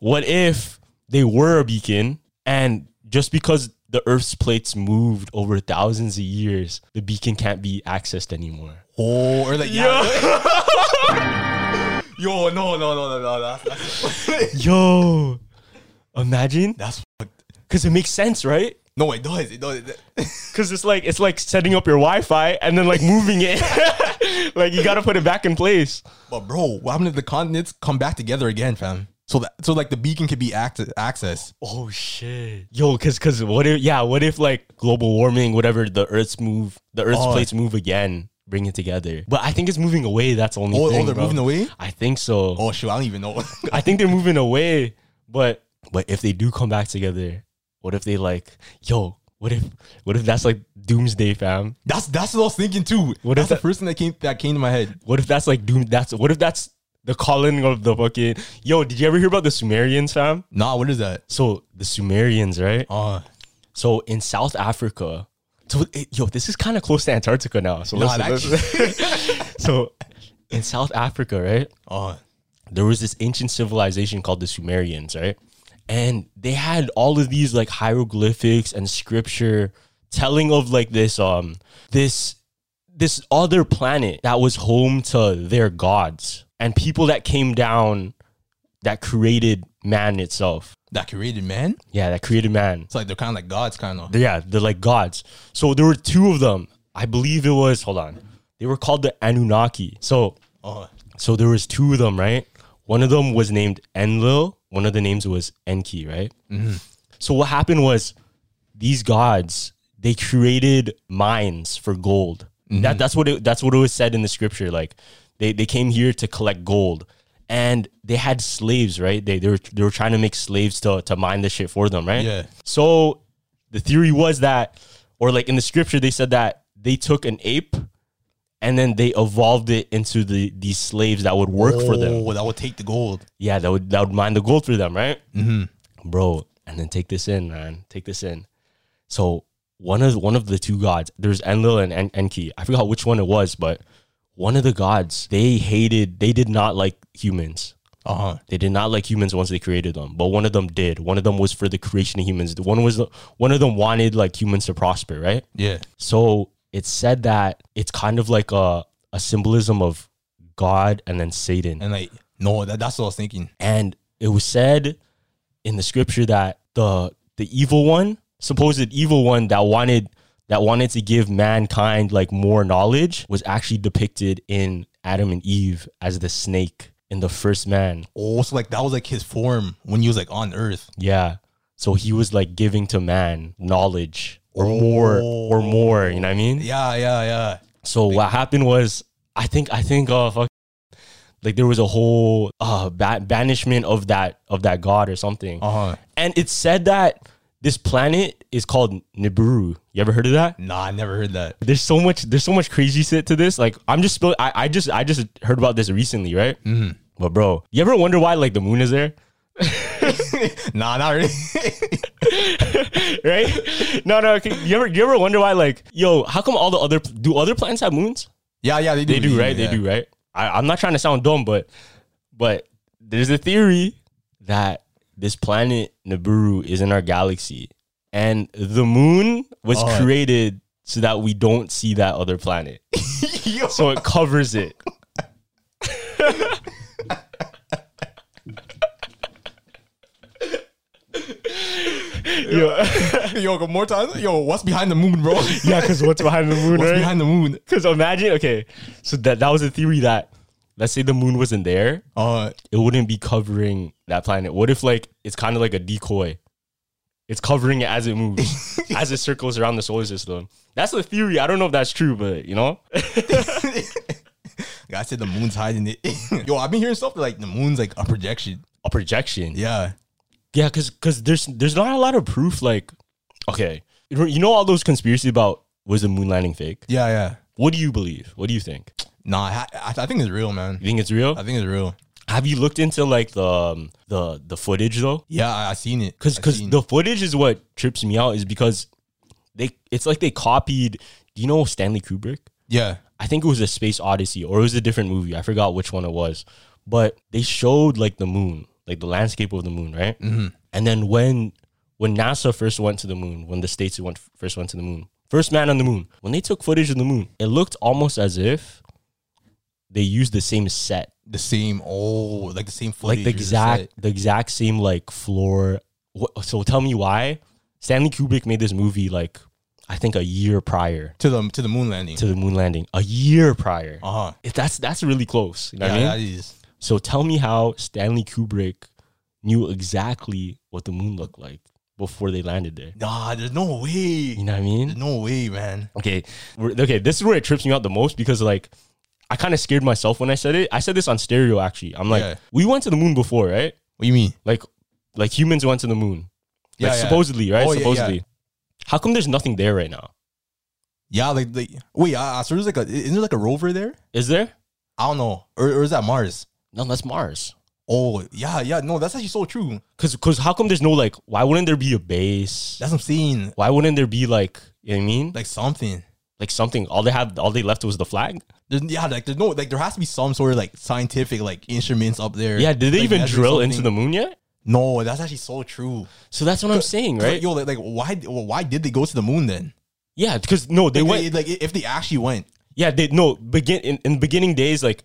what if they were a beacon and just because the Earth's plates moved over thousands of years, the beacon can't be accessed anymore.
oh, or like yeah. Yo, no, no, no, no, no. That's that's,
Yo, imagine.
that's fucked.
Because it makes sense, right?
No, it does. It does. It does.
Cause it's like it's like setting up your Wi-Fi and then like moving it, like you gotta put it back in place.
But bro, what happened if the continents come back together again, fam? So that so like the beacon could be act- accessed.
Oh shit, yo, cause cause what if yeah, what if like global warming, whatever, the Earth's move, the Earth's
Oh.
plates move again, bring it together. But I think it's moving away. That's the only.
Oh, oh,
thing,
they're
bro.
moving away?
I think so.
Oh shoot, I don't even know.
I think they're moving away. But but if they do come back together, what if they like yo? What if what if that's like doomsday, fam?
that's that's what I was thinking too.
What
that's
if
the
that-
first thing that came that came to my head.
What if that's like doom? That's what if that's the calling of the fucking yo? Did you ever hear about the Sumerians, fam?
Nah, what is that?
So the Sumerians, right?
Uh
So in South Africa, so it- yo, this is kind of close to Antarctica now. So
Nah,
listen,
that
listen. so in South Africa, right?
uh
There was this ancient civilization called the Sumerians, right? And they had all of these like hieroglyphics and scripture telling of like this um this this other planet that was home to their gods and people that came down that created man itself.
that created man?
Yeah, that created man.
It's like they're kinda like gods kinda.
They're- yeah, they're like gods. So there were two of them. I believe it was. Hold on, they were called the Anunnaki. So,
Uh
so there was two of them, right? One of them was named Enlil. One of the names was Enki, right? So what happened was these gods they created mines for gold. That that's what it, that's what it was said in the scripture. Like they they came here to collect gold. And they had slaves, right? They, they were they were trying to make slaves to, to mine this shit for them, right?
Yeah.
So the theory was that, or like in the scripture, they said that they took an ape and then they evolved it into the these slaves that would work for them.
Oh, that would take the gold.
Yeah, that would that would mine the gold for them, right? Mm-hmm. Bro, and then take this in, man. Take this in. So one of one of the two gods, there's Enlil and en- Enki. I forgot which one it was, but one of the gods, they hated, they did not like humans.
Uh-huh.
They did not like humans once they created them, but one of them did. One of them was for the creation of humans. The One was the, one of them wanted like humans to prosper, right?
Yeah.
So it's said that it's kind of like a a symbolism of God and then Satan.
And like no, that, that's what I was thinking.
And it was said in the scripture that the the evil one, supposed evil one that wanted that wanted to give mankind like more knowledge was actually depicted in Adam and Eve as the snake in the first man.
Oh, so like that was like his form when he was like on Earth.
Yeah. So he was like giving to man knowledge or more or more, you know what I mean?
Yeah, yeah, yeah.
So what happened was I think I think uh fuck, like there was a whole uh ba- banishment of that of that god or something.
Uh huh.
And it's said that this planet is called Nibiru. You ever heard of that?
Nah, I never heard that.
There's so much there's so much crazy shit to this. Like I'm just spill- I I just I just heard about this recently, right? Mm-hmm. But bro, you ever wonder why like the moon is there?
Nah, not really.
right? No, no. okay, You ever you ever wonder why? Like, yo, how come all the other do other planets have moons?
yeah, yeah, they do.
They do, right?
yeah.
They do, right? I, I'm not trying to sound dumb, but but there's a theory that this planet Nibiru is in our galaxy, and the moon was
Oh.
created so that we don't see that other planet,
Yo,
so it covers it. Yo.
yo, go more time. Yo, what's behind the moon, bro? what's
Yeah, because what's behind the moon, right?
behind the moon?
Because imagine, okay, so that that was a theory that let's say the moon wasn't there,
Uh,
it wouldn't be covering that planet. What if like it's kind of like a decoy? It's covering it as it moves, as it circles around the solar system. That's the theory. I don't know if that's true, but you know,
like I said the moon's hiding it. yo, I've been hearing stuff that, like the moon's like a projection.
a projection.
Yeah.
Yeah, because because there's there's not a lot of proof. Like, okay, you know all those conspiracies about was the moon landing fake.
Yeah, yeah.
What do you believe? What do you think?
Nah, I, I, I think it's real, man.
You think it's real?
I think it's real.
Have you looked into like the um, the the footage though?
Yeah, I, I seen it.
Because
I
because
seen-
the footage is what trips me out is because they it's like they copied. Do you know Stanley Kubrick?
yeah,
I think it was a Space Odyssey or it was a different movie. I forgot which one it was, but they showed like the moon, like the landscape of the moon, right? Mm-hmm. And then when when NASA first went to the moon, when the states went first went to the moon, first man on the moon, when they took footage of the moon, it looked almost as if they used the same set
the same. Oh, like the same footage.
like the
or just,
exact the exact same like floor. Wh- So tell me why Stanley Kubrick made this movie like I think a year prior
to the to the moon landing.
to the moon landing. A year prior.
Uh huh.
If That's that's really close. You know
Yeah,
what I mean?
that is.
so tell me how Stanley Kubrick knew exactly what the moon looked like before they landed there.
Nah, there's no way.
You know what I mean?
There's no way, man.
Okay, we're, okay. This is where it trips me out the most because like I kind of scared myself when I said it. I said this on stereo actually. I'm like,
Yeah.
we went to the moon before, right?
What do you mean?
like like humans went to the moon.
Yeah,
like
yeah.
supposedly, right?
Oh, yeah, yeah.
supposedly. How come there's nothing there right now?
Yeah, like the wait. I, I saw there's like a isn't there like a rover there?
Is there?
I don't know, or, or is that Mars?
No, that's Mars.
Oh yeah, yeah. No, that's actually so true.
Cause cause how come there's no like why wouldn't there be a base?
That's what I'm saying.
why wouldn't there be like you know what I mean? Like,
Like something.
something. All they had all they left was the flag.
There's, yeah, like there's no like there has to be some sort of like scientific like instruments up there.
Yeah, did they
Like,
even
measure
drill
something.
into the moon yet?
No, that's actually so true.
So that's what I'm saying,
Right?
right?
yo, like, like why well, why did they go to the moon then?
yeah, because no, they
Like,
went
they- like if they actually went.
Yeah, they no begin in, in beginning days. Like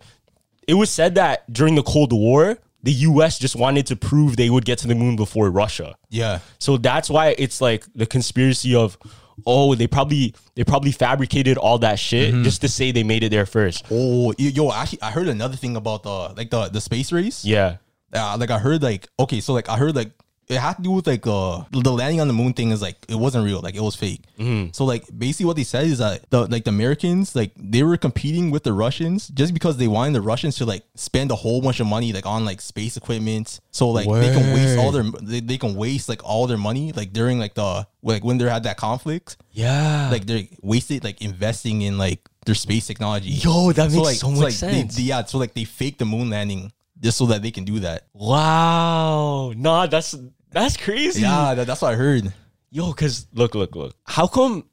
it was said that during the Cold War, the U.S. just wanted to prove they would get to the moon before Russia.
Yeah.
So that's why it's like the conspiracy of, oh, they probably they probably fabricated all that shit just to say they made it there first.
Oh, y- yo, actually, I heard another thing about the like the the space race.
Yeah,
uh, like I heard like okay, so like I heard like it had to do with like uh the landing on the moon thing is like it wasn't real, like it was fake.
Mm-hmm.
So like basically what they said is that the like the Americans like they were competing with the Russians just because they wanted the Russians to like spend a whole bunch of money like on like space equipment, so like they can waste all their they, they can waste like all their money like during like the like when they had that conflict,
Uh-huh. yeah, like
like they wasted like investing in like their space technology.
Yo, that makes so much
like,
sense.
They, yeah, so like they faked the moon landing just so that they can do that.
wow, nah, that's that's crazy.
Yeah, that, that's what I heard.
Yo, cause look, look, look. How come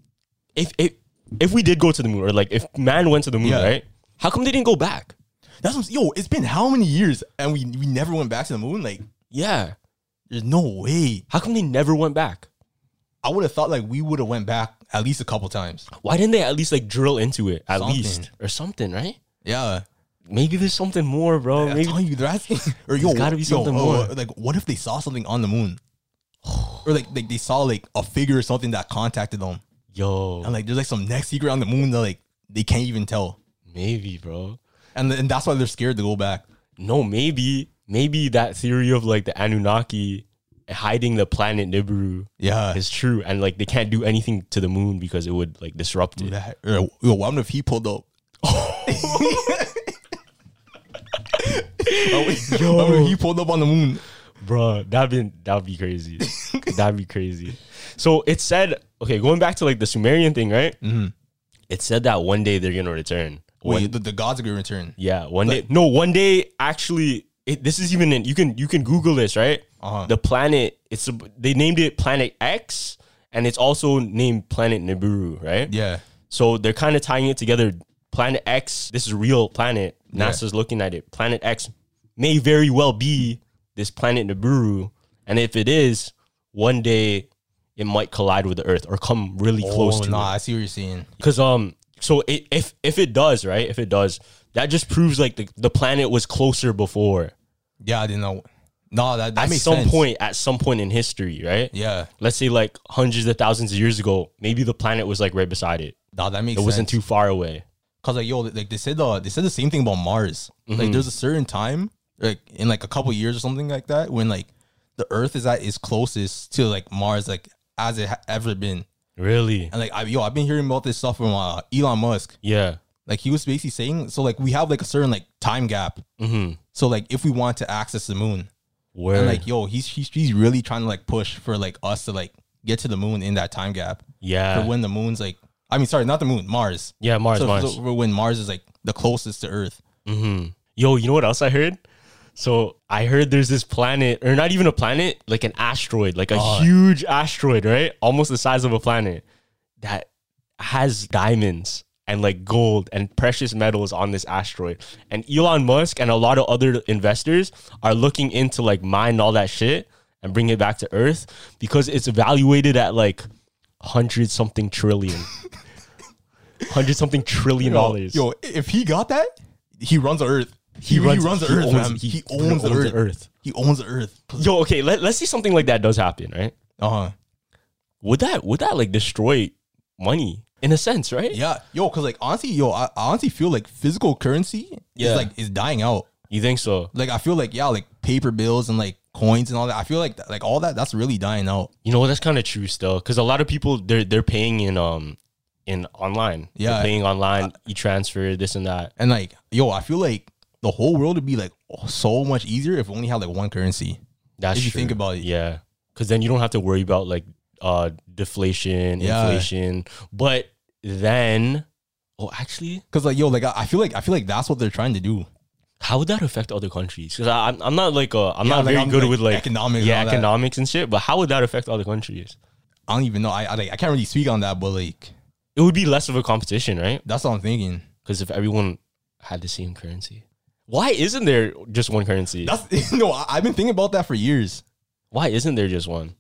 if if if we did go to the moon or like if man went to the moon,
Yeah.
right? How come they didn't go back?
That's what, I'm- yo. It's been how many years, and we we never went back to the moon. Like,
Yeah.
there's no way.
How come they never went back?
I would have thought like we would have went back at least a couple times.
Why didn't they at least like drill into it at
Something.
least or something, right?
Yeah,
Maybe there's something more, bro.
I'm
Maybe
telling you, they're asking. Or yo,
There's gotta be
yo,
something
uh,
more.
Like, what if they saw something on the moon? Or like, like they saw like a figure or something that contacted them,
yo,
and like there's like some next secret on the moon that like they can't even tell,
maybe, bro.
and and that's why they're scared to go back.
no, maybe maybe that theory of like the Anunnaki hiding the planet Nibiru
Yeah.
is true, and like they can't do anything to the moon because it would like disrupt it.
That- Yo, yo, what if he pulled up? What if he pulled up on the moon?
Bro, that'd be that'd be crazy. that'd be crazy. So it said, okay, going back to like the Sumerian thing, right? It said that one day they're gonna return. Mm-hmm. One-
Wait, the, the gods are going to return.
yeah, one day. No, one day. Actually, it, this is even in, you can you can Google this, right?
Uh-huh.
The planet. It's a, they named it Planet X, and it's also named Planet Nibiru, right?
Yeah.
So they're kind of tying it together. Planet X, this is a real planet. NASA's looking at it. Planet X may very well be this planet Nibiru. And if it is, one day it might collide with the Earth or come really close
oh,
to
nah, I see what you're saying.
Because um, so it, if if it does, right? If it does, that just proves like the, the planet was closer before.
Yeah, I didn't know. Nah, that, that
At
makes
some
sense.
point, at some point in history, right?
Yeah.
Let's say like hundreds of thousands of years ago, maybe the planet was like right beside it.
Nah, that makes
It wasn't
sense.
too far away.
Cause like yo, like they said, uh, they said the same thing about Mars. Like there's a certain time, like in like a couple years or something like that, when like the Earth is at its closest to like Mars, like as it ha- ever been.
Really?
And like I, yo, I've been hearing about this stuff from uh, Elon Musk.
Yeah.
Like he was basically saying, so like we have like a certain like time gap.
Mm-hmm.
So like if we want to access the moon,
Where
and like yo, he's he's, he's really trying to like push for like us to like get to the moon in that time gap
yeah,
for when the moon's like, I mean, sorry, not the moon, Mars.
yeah, Mars,
So-
Mars.
so for when Mars is like the closest to Earth.
hmm Yo, you know what else I heard? So I heard there's this planet, or not even a planet, like an asteroid, like a
Oh.
huge asteroid, right? Almost the size of a planet that has diamonds and like gold and precious metals on this asteroid. And Elon Musk and a lot of other investors are looking into like mine all that shit and bring it back to Earth because it's evaluated at like hundred something trillion. Hundred something trillion
Yo,
dollars.
Yo, if he got that, he runs the earth. He, he runs, the
he
earth,
owns-
man.
he
He, owns, the,
owns
earth.
the earth.
He owns the earth.
Yo, okay, let, let's see something like that does happen, right?
Uh huh.
Would that would that like destroy money in a sense, right?
Yeah. Yo, cause like honestly, yo, I, I honestly feel like physical currency
Yeah.
is like is dying out.
You think so?
Like I feel like yeah, like paper bills and like coins and all that. I feel like like all that that's really dying out.
You know that's kind of true still, because a lot of people they're they're paying in um in online, They're
Yeah. Uh,
paying online, e transfer, this and that.
And like yo, I feel like the whole world would be like so much easier if we only had like one currency.
That's
If you
true.
think about it.
yeah, because then you don't have to worry about like uh deflation,
Yeah.
inflation. But then, oh, actually,
Cause like yo, like I, I feel like I feel like that's what they're trying to do.
how would that affect other countries? Because I'm I'm not like uh I'm
Yeah,
not
like,
very
I'm,
good
like,
with like
economics and
yeah,
all that.
economics and shit. But how would that affect other countries?
I don't even know. I I, like, I can't really speak on that, but like
It would be less of a competition, right?
that's what I'm thinking.
Because if everyone had the same currency, why isn't there just one currency?
That's no, I, I've been thinking about that for years.
why isn't there just one?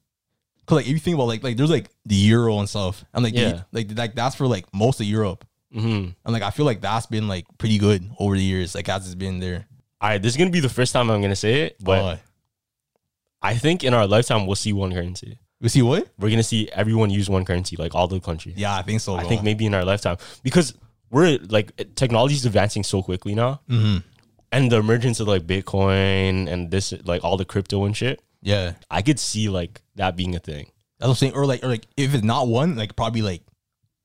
Cause like if you think about like like there's like the euro and stuff, and like the-
Yeah.
like like that's for like most of Europe,
Mm-hmm.
and like I feel like that's been like pretty good over the years, like as it's been there.
All right, this is gonna be the first time I'm gonna say it, but
Uh,
I think in our lifetime we'll see one currency.
we see what?
We're gonna see everyone use one currency, like all the countries.
Yeah, I think so.
I think maybe in our lifetime because we're like technology is advancing so quickly now,
hmm
and the emergence of like Bitcoin and this like all the crypto and shit.
Yeah, that's
I could see like that being a thing.
what I'm saying. Or like or like if it's not one, like probably like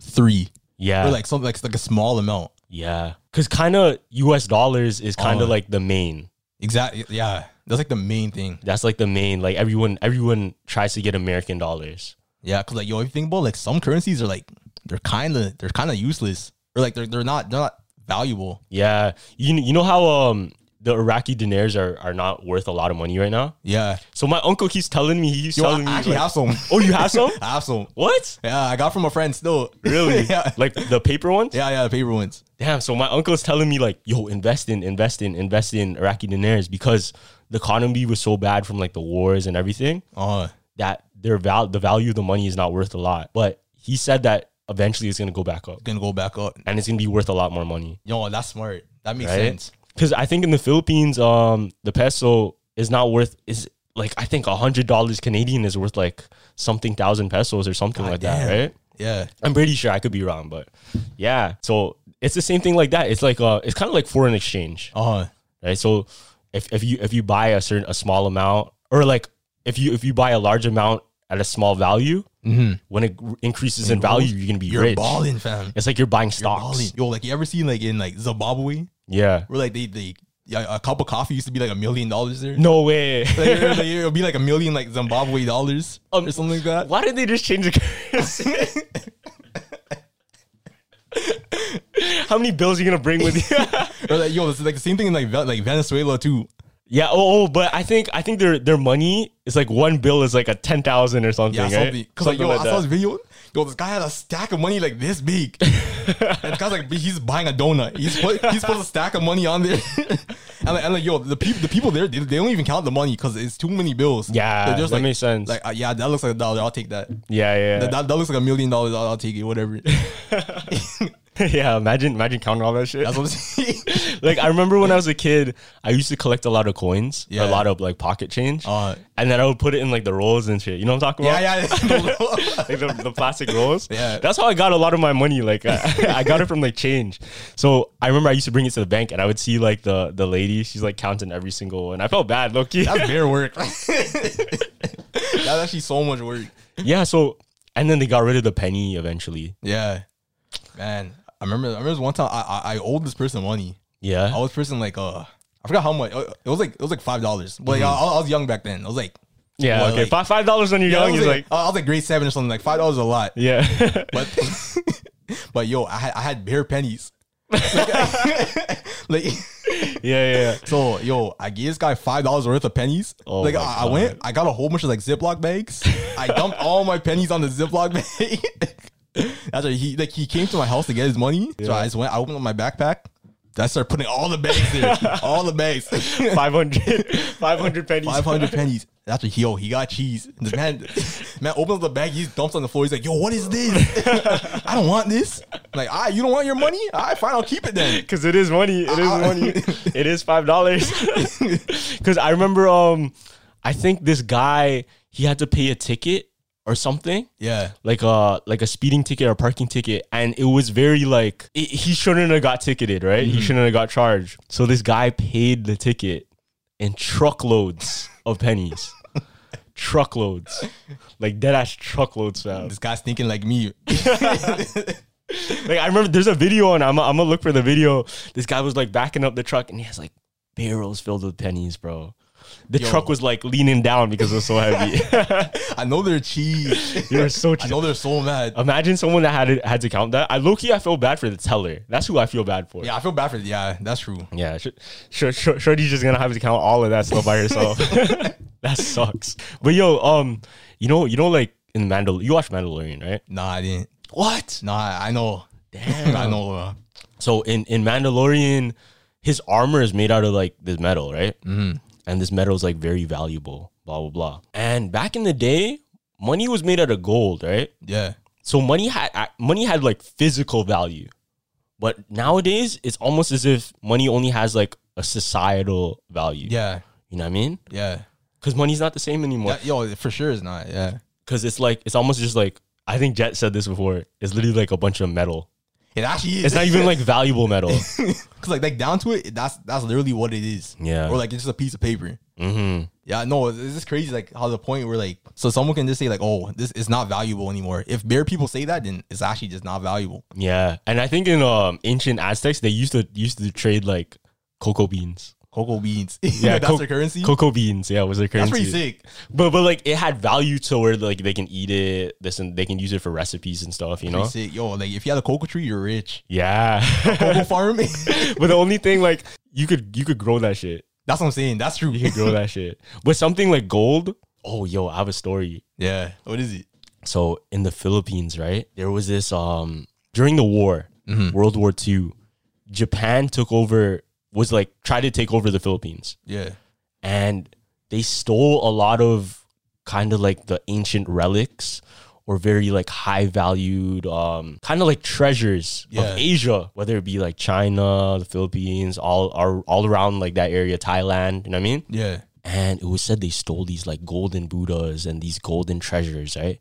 three
Yeah.
or like something like like a small amount.
yeah. Cause kind of US dollars is kind
Oh.
of like the main.
Exactly. Yeah, that's like the main thing.
That's like the main. Like everyone, everyone tries to get American dollars.
Yeah, cause like yo, if you think about like some currencies are like they're kind of they're kind of useless or like they're they're not they're not valuable.
Yeah. You you know how um the Iraqi dinars are are not worth a lot of money right now.
Yeah,
So my uncle keeps telling me he's
yo,
telling
I
me.
actually
like-
have some.
oh, you have some?
I have some.
what?
Yeah, I got from a friend still.
Really?
yeah.
Like the paper ones?
Yeah, yeah, the paper ones.
Damn. So my uncle's telling me like, yo, invest in, invest in, invest in Iraqi dinars because the economy was so bad from like the wars and everything.
Uh
that their val the value of the money is not worth a lot. But he said that eventually it's gonna go back up
gonna go back up.
and it's gonna be worth a lot more money.
Yo, that's smart. That makes
Right?
sense.
Cause I think in the Philippines, um the peso is not worth is like I think a hundred dollars Canadian is worth like something thousand pesos or something like that,
damn.
right?
Yeah.
I'm pretty sure I could be wrong, but yeah. So it's the same thing like that. It's like uh it's kind of like foreign exchange,
Uh
right? So if if you if you buy a certain a small amount or like if you if you buy a large amount at a small value,
Mm-hmm.
when it gr- increases in value, you're gonna be
You're
rich.
balling, fam.
It's like you're buying stocks.
Balling. Yo, like you ever seen like in like Zimbabwe
yeah.
where like they they yeah, a cup of coffee used to be like a million dollars there.
No way.
Like, it'll- like, it'll be like a million like Zimbabwe dollars
Um,
or something like that.
Why didn't they just change the currency? How many bills are you gonna bring with you?
Or like yo, it's like the same thing in like Ve- like Venezuela too.
yeah. Oh, oh, but I think I think their their money is like one bill is like a ten thousand or something.
Yeah,
right?
something. Cause
Something
like yo,
like
I saw
that.
this video. Yo, this guy had a stack of money like this big. and the guy's like, he's buying a donut. He's put he's put a stack of money on there. and, like, and like yo, the people the people there they, they don't even count the money because it's too many bills.
Yeah,
They're
that makes sense.
Like uh, yeah, that looks like a dollar. I'll take that.
Yeah, yeah.
That, that, that looks like a million dollars. I'll, I'll take it. Whatever.
yeah, imagine imagine counting all that shit.
That's what I'm saying.
like I remember when I was a kid, I used to collect a lot of coins, or
Yeah.
a lot of like pocket change,
Uh,
and then I would put it in like the rolls and shit. You know what I'm talking
yeah,
about?
yeah.
like the, the plastic rolls.
Yeah.
That's how I got a lot of my money. Like I, I got it from like change. So I remember I used to bring it to the bank and I would see like the the lady, she's like counting every single one. I felt bad, low key.
That's bare work. That's actually so much work.
yeah, so and then they got rid of the penny eventually.
Yeah, man. I remember. I remember this one time I, I I owed this person money. I
Yeah.
owed this person like uh I forgot how much. Uh, It was like it was like five dollars. But like, I,
Mm-hmm.
I was young back then. I was like
Yeah.
Well,
okay.
like-
five five dollars when you're
I
young
was
is like,
I I was like grade seven or something. Like five dollars is a lot.
Yeah.
But but yo, I had I had bare pennies. like
yeah, yeah, yeah.
So yo, I gave this guy five dollars worth of pennies.
Oh
like
my
I, I went, I got a whole bunch of like Ziploc bags. I dumped all my pennies on the Ziploc bag. That's right. He like he came to my house to get his money. So I just went. I opened up my backpack. I started putting all the bags there. all the bags.
500, 500 pennies.
Five hundred pennies. That's what he. Yo, he got cheese. This man, man opens up the bag. He dumps on the floor. He's like, "Yo, what is this? I don't want this. I'm like, ah, you don't want your money? All right, fine. I'll keep it then.
Cause it is money. It is money. It is five dollars. Cause I remember um I think this guy he had to pay a ticket or something.
Yeah.
Like a like a speeding ticket or parking ticket. And it was very like it, he shouldn't have got ticketed, right? He shouldn't have got charged. So this guy paid the ticket in truckloads of pennies. truckloads. Like dead ass truckloads, fam.
This guy's thinking like me.
Like I remember, there's a video on. I'm I'm gonna look for the video. This guy was like backing up the truck, and he has like barrels filled with pennies, bro. The truck was like leaning down because it was so heavy.
I know they're cheese.
you were so.
I
cheap.
know they're so mad.
Imagine someone that had it, had to count that. I low key, I feel bad for the teller. That's who I feel bad for.
Yeah, I feel bad for yeah, that's true.
Yeah, sh- sh- sh- Shorty's just gonna have to count all of that stuff by herself. that sucks. But yo, um, you know, you know, like in Mandal, you watch Mandalorian, right?
Nah, I didn't.
What?
Nah, I know. Damn, I know. Uh,
So in in Mandalorian, his armor is made out of like this metal, right? Mm. And this metal is like very valuable. Blah blah blah. And back in the day, money was made out of gold, right?
yeah,
So money had uh, money had like physical value, but nowadays it's almost as if money only has like a societal value.
yeah,
you know what I mean?
yeah.
Because money's not the same anymore.
That- yo, for sure it's not. Yeah,
Because it's like it's almost just like I think Jet said this before. It's literally like a bunch of metal.
it actually is.
It's not even like valuable metal.
because like, like down to it, that's that's literally what it is.
Yeah.
or like it's just a piece of paper.
hmm
Yeah, no, it's it's just crazy. Like how the point where like so someone can just say like, oh, this is not valuable anymore. If bare people say that, then it's actually just not valuable.
Yeah, and I think in um ancient Aztecs they used to used to trade like cocoa beans.
Cocoa beans.
Yeah,
that's
co-
their currency.
Cocoa beans, yeah, was their
that's
currency.
pretty sick.
But but like it had value to where like they can eat it, this and they can use it for recipes and stuff. You know.
Pretty sick. Yo, like if you had a cocoa tree, you're rich.
Yeah,
Cocoa farm.
but the only thing like you could you could grow that shit.
that's what I'm saying. That's true.
You could grow that shit. But something like gold. Oh, yo, I have a story.
Yeah. What is it?
So in the Philippines, right, there was this um during the war,
Mm-hmm.
World War II, Japan took over was like tried to take over the Philippines.
Yeah.
and they stole a lot of kind of like the ancient relics or very like high valued um kind of like treasures
Yeah.
of Asia whether it be like China the Philippines all are all around like that area Thailand you know what I mean
Yeah.
and it was said they stole these like golden buddhas and these golden treasures right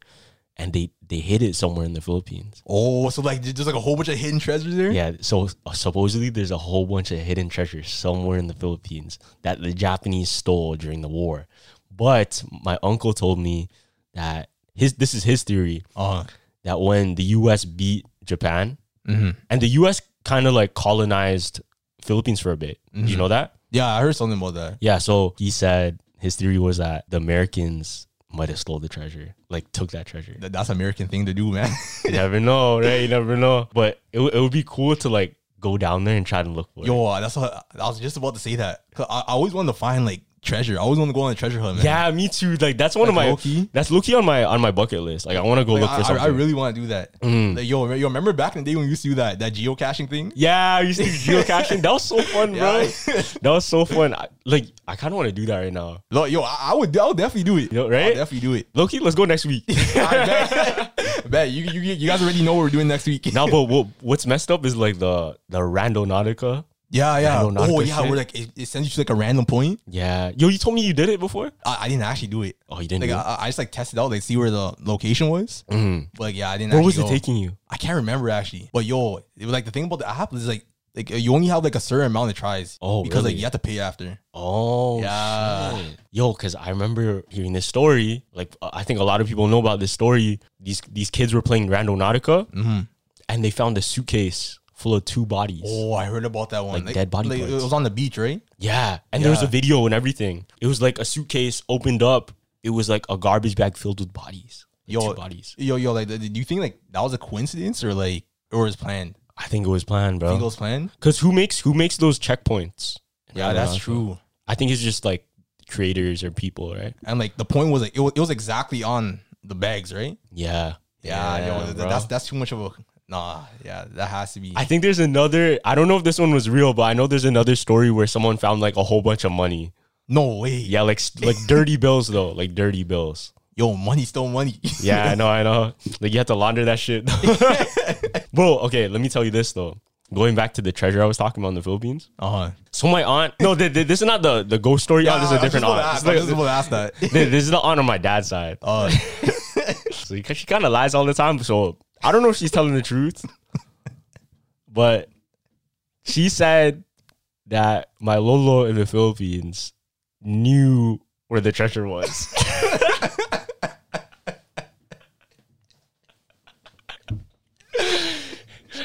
and they they hid it somewhere in the Philippines.
Oh, so like there's like a whole bunch of hidden treasures there.
Yeah, so uh, supposedly there's a whole bunch of hidden treasures somewhere in the Philippines that the Japanese stole during the war. But my uncle told me that his this is his theory
Uh,
that when the US beat Japan and the US kind of like colonized Philippines for a bit. Did You know that?
yeah, I heard something about that.
Yeah, so he said his theory was that the Americans might have stole the treasure, like took that treasure.
That- That's American thing to do, man.
You never know, right? You never know. But it, w- it would be cool to like go down there and try to look for it.
Yo, uh, that's what I was just about to say that. 'Cause I, I always wanted to find like treasure. I always want to go on a treasure hunt, man.
Yeah, me too. Like that's one of
Like
my
low-key?
that's Loki on my on my bucket list. Like I want to go
Like,
look
I, I-
for
I
something.
really want to do that. Like, yo, re- yo, remember back in the day when we used to do that that geocaching thing?
yeah, I used to do geocaching. That was so fun, bro.
Yeah.
That was so fun. I, like I kind of want to do that right now.
Lo- Yo, I, I would, I would definitely do it.
You know, right?
I'll definitely do it.
Loki, let's go next week.
I bet. Bet. you, you, you guys already know what we're doing next week.
no, but what, what's messed up is like the the Rando Nautica.
Yeah, yeah. Oh,
Random nautical
yeah. We're
shit.
like it, it sends you to like a random point.
Yeah, yo, you told me you did it before.
I, I didn't actually do it.
Oh, you didn't.
Like
do it?
I, I just like tested out, like see where the location was. But like, yeah, I didn't.
Where
actually
was it
go.
taking you?
I can't remember actually. But yo, it was like the thing about the app is like like you only have like a certain amount of tries.
Oh,
because like
really?
you have to pay after.
Oh,
Yeah.
shit. Yo, because I remember hearing this story. Like, uh, I think a lot of people know about this story. These these kids were playing Rando Nautica,
Mm-hmm.
and they found a suitcase full of two bodies.
Oh, I heard about that one.
Like dead body
It
parts.
was on the beach, right?
Yeah, and there was a
Yeah.
video and everything. It was like a suitcase opened up. It was like a garbage bag filled with bodies. Like,
Yo,
two bodies.
yo, yo. Like, do you think like that was a coincidence or like or was planned?
I think it was planned,
Think it
bro.
was planned?
Because who makes who makes those checkpoints?
Yeah,
Rando
that's
Nautica?
true.
I think it's just like creators or people, right?
And like the point was like it was, it was exactly on the bags, right?
Yeah.
Yeah, yo, th-
bro.
that's that's too much of a nah. Yeah, that has to be.
I think there's another. I don't know if this one was real, but I know there's another story where someone found like a whole bunch of money.
no way.
Yeah, like like dirty bills though, like dirty bills.
Yo, money still money.
Yeah, I know, I know. Like you have to launder that shit, bro. Okay, let me tell you this though. Going back to the treasure I was talking about in the Philippines.
Uh huh.
So my aunt. No, th- th- this is not the the ghost story. Yeah, this is a different aunt.
Ask,
This
I'm
is
just
like-
about to ask that.
th- this is the aunt on my dad's side.
Uh,
So because she kind of lies all the time, so I don't know if she's telling the truth, but she said that my lolo in the Philippines knew where the treasure was.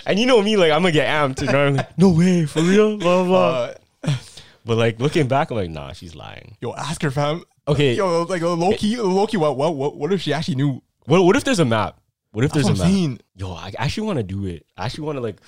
and you know me, like I'm gonna get amped. You know, I'm like, no way, for real, blah blah. blah.
uh,
But like looking back, I'm like, nah, she's lying.
yo, ask her, fam.
Okay,
Yo, like low key, low key. What, what, what, what if she actually knew?
what what if there's a map? What if
That's
there's a
what I'm
map?
saying.
Yo, I actually want to do it. I actually want to like.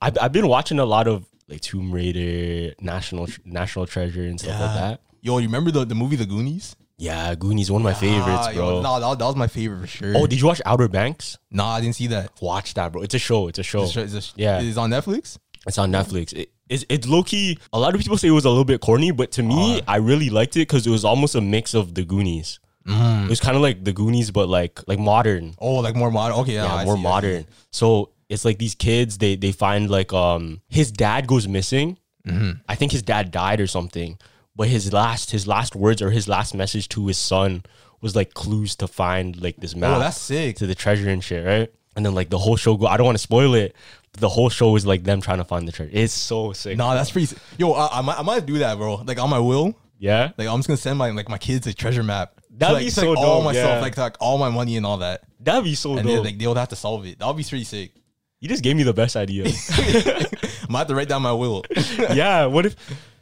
I've, I've been watching a lot of like Tomb Raider, National National Treasure, and stuff like that.
Yo, you remember the, the movie The Goonies?
Yeah, Goonies one of my favorites,
Ah,
bro.
Yo, nah, that, that was my favorite for sure.
oh, did you watch Outer Banks?
nah, I didn't see that.
Watch that, bro. It's a show. It's a show.
It's, it's, it's,
yeah.
it's on Netflix.
It's on Netflix. It, it's it's low key. A lot of people say it was a little bit corny, but to me, I really liked it because it was almost a mix of the Goonies. It was kind of like the Goonies, but like like modern.
Oh, like more modern. Okay, yeah,
yeah,
I
more
see, I see.
modern. So it's like these kids they they find like um his dad goes missing.
Mm-hmm.
I think his dad died or something. But his last his last words or his last message to his son was like clues to find like this map
Oh, that's sick.
to the treasure and shit, right? And then like the whole show go I don't want to spoil it. But the whole show is like them trying to find the treasure. It's so sick.
Nah, that's pretty. Sick. Yo, I, I might, I might do that, bro. Like on my will,
yeah.
like I'm just gonna send my like my kids a treasure map.
That'd
like,
be
like,
so
all
dope,
myself,
yeah.
like, like all my money and all that,
That'd be so
and
dope.
then like they would have to solve it. That'll be pretty sick.
you just gave me the best idea.
I might have to write down my will.
yeah. What if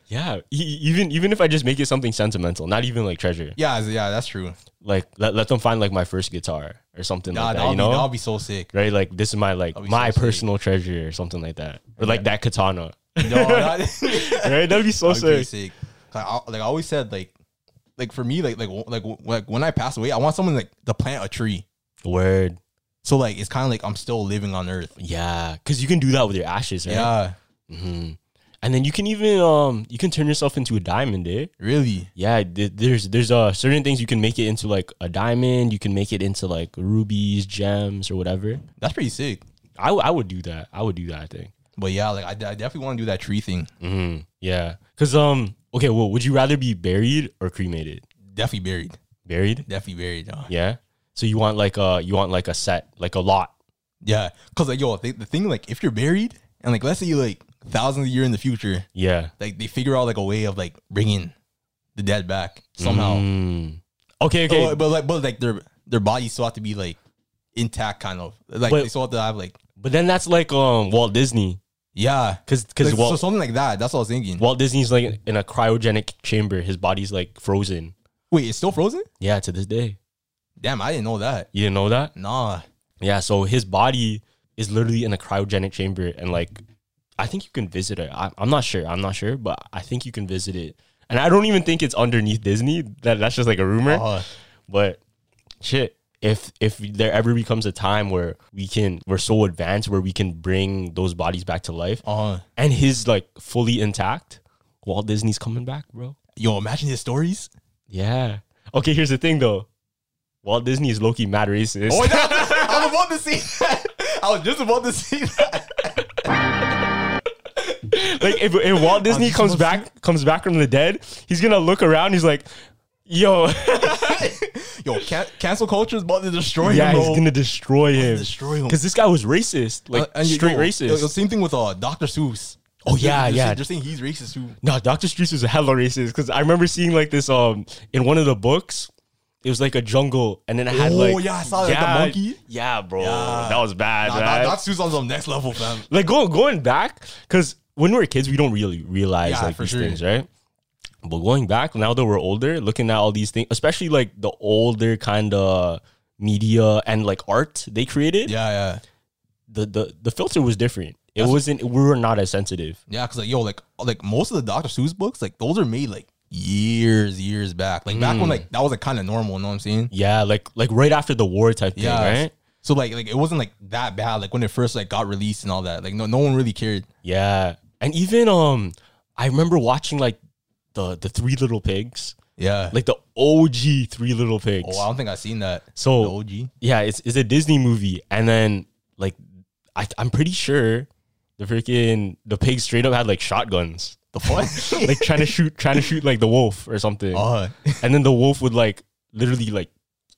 yeah, e- even even if I just make it something sentimental, not even like treasure.
yeah, yeah, that's true.
like let, let them find like my first guitar or something
Nah,
like that,
that'll,
you know?
be, that'll be so sick.
right? Like this is my like
be
my
so sweet.
personal treasure or something like that. Or like that katana.
No, that,
right? That'd be so
That'd be pretty sick.
sick.
'Cause I, like I always said, like, like for me, like, like, w- like, w- like when I pass away, I want someone like to plant a tree.
Word.
So like, it's kind of like I'm still living on Earth.
Yeah. Cause you can do that with your ashes, right?
Yeah,
hmm And then you can even um you can turn yourself into a diamond, eh?
really.
Yeah, th- there's there's uh certain things you can make it into like a diamond, you can make it into like rubies, gems, or whatever.
That's pretty sick.
I, w- I would do that. I would do that, I think.
But yeah, like I, de- I definitely want to do that tree thing.
hmm Yeah. Cause um okay, well, would you rather be buried or cremated?
Definitely buried.
Buried?
Definitely buried. uh.
Yeah. So you want like a you want like a set, like a lot.
Yeah, because like yo, they, the thing like if you're married and like let's say you like thousands of year in the future,
Yeah.
like they figure out like a way of like bringing the dead back somehow.
Mm. Okay, okay.
But, but like but like their their bodies still have to be like intact, kind of like
But-
they still have to have like
But then that's like um Walt Disney,
yeah,
because because
Like,
Walt,
so something like that. That's what I was thinking.
Walt Disney's like in a cryogenic chamber. His body's like frozen.
Wait, it's still frozen?
Yeah, to this day.
Damn, I didn't know that.
You didn't know that?
Nah,
Yeah. So his body is literally in a cryogenic chamber, and like I think you can visit it. I, I'm not sure. I'm not sure, but I think you can visit it. And I don't even think it's underneath Disney. That that's just like a rumor.
Uh,
But shit, if if there ever becomes a time where we can we're so advanced where we can bring those bodies back to life
uh,
and his like fully intact, Walt Disney's coming back, bro.
yo, imagine his stories.
Yeah. Okay, here's the thing though. Walt Disney is Loki mad racist.
Oh, I was about to see that. I was just about to see that.
like if, if Walt Disney
just
comes
about
back comes back from the dead, he's gonna look around, he's like, yo,
Yo, can- cancel culture is about to destroy
yeah,
him, bro.
he's gonna destroy him.
destroy him.
Because this guy was racist. Like
Uh, and you-
straight
yo,
racist.
yo, same thing with uh, Dr. Seuss.
Oh, yeah,
they're
yeah.
Saying, they're saying he's racist too.
No, Doctor Seuss was a hella racist because I remember seeing like this um in one of the books. It was like a jungle, and then I had
Oh,
like
yeah, I saw that, like, the monkey.
Yeah, bro,
Yeah.
that was bad.
Nah,
right?
Doc- Dr. Seuss on some next level, fam.
like going going back because when we were kids, we don't really realize
Yeah,
like
for
these
sure.
things, right? But going back now that we're older, looking at all these things, especially like the older kind of media and like art they created,
Yeah, yeah,
the, the the filter was different. It wasn't. We were not as sensitive.
yeah. Cause like yo, like like most of the Dr. Seuss books, like those are made like years, years back. Like back when
Mm.
like that was like kind of normal. You know what I'm saying?
Yeah, like like right after the war type thing,
Yeah.
right?
So like like it wasn't like that bad. Like when it first like got released and all that. Like no no one really cared.
Yeah. And even um I remember watching like the the Three Little Pigs.
Yeah. Like
Like the OG Three Little Pigs.
oh, I don't think I've seen that.
So- oh,
The OG.
Yeah, it's it's a Disney movie. And then like I I'm pretty sure the freaking the pigs straight up had like shotguns.
The fuck?
Like trying to shoot trying to shoot like the wolf or something.
uh,
And then the wolf would like literally like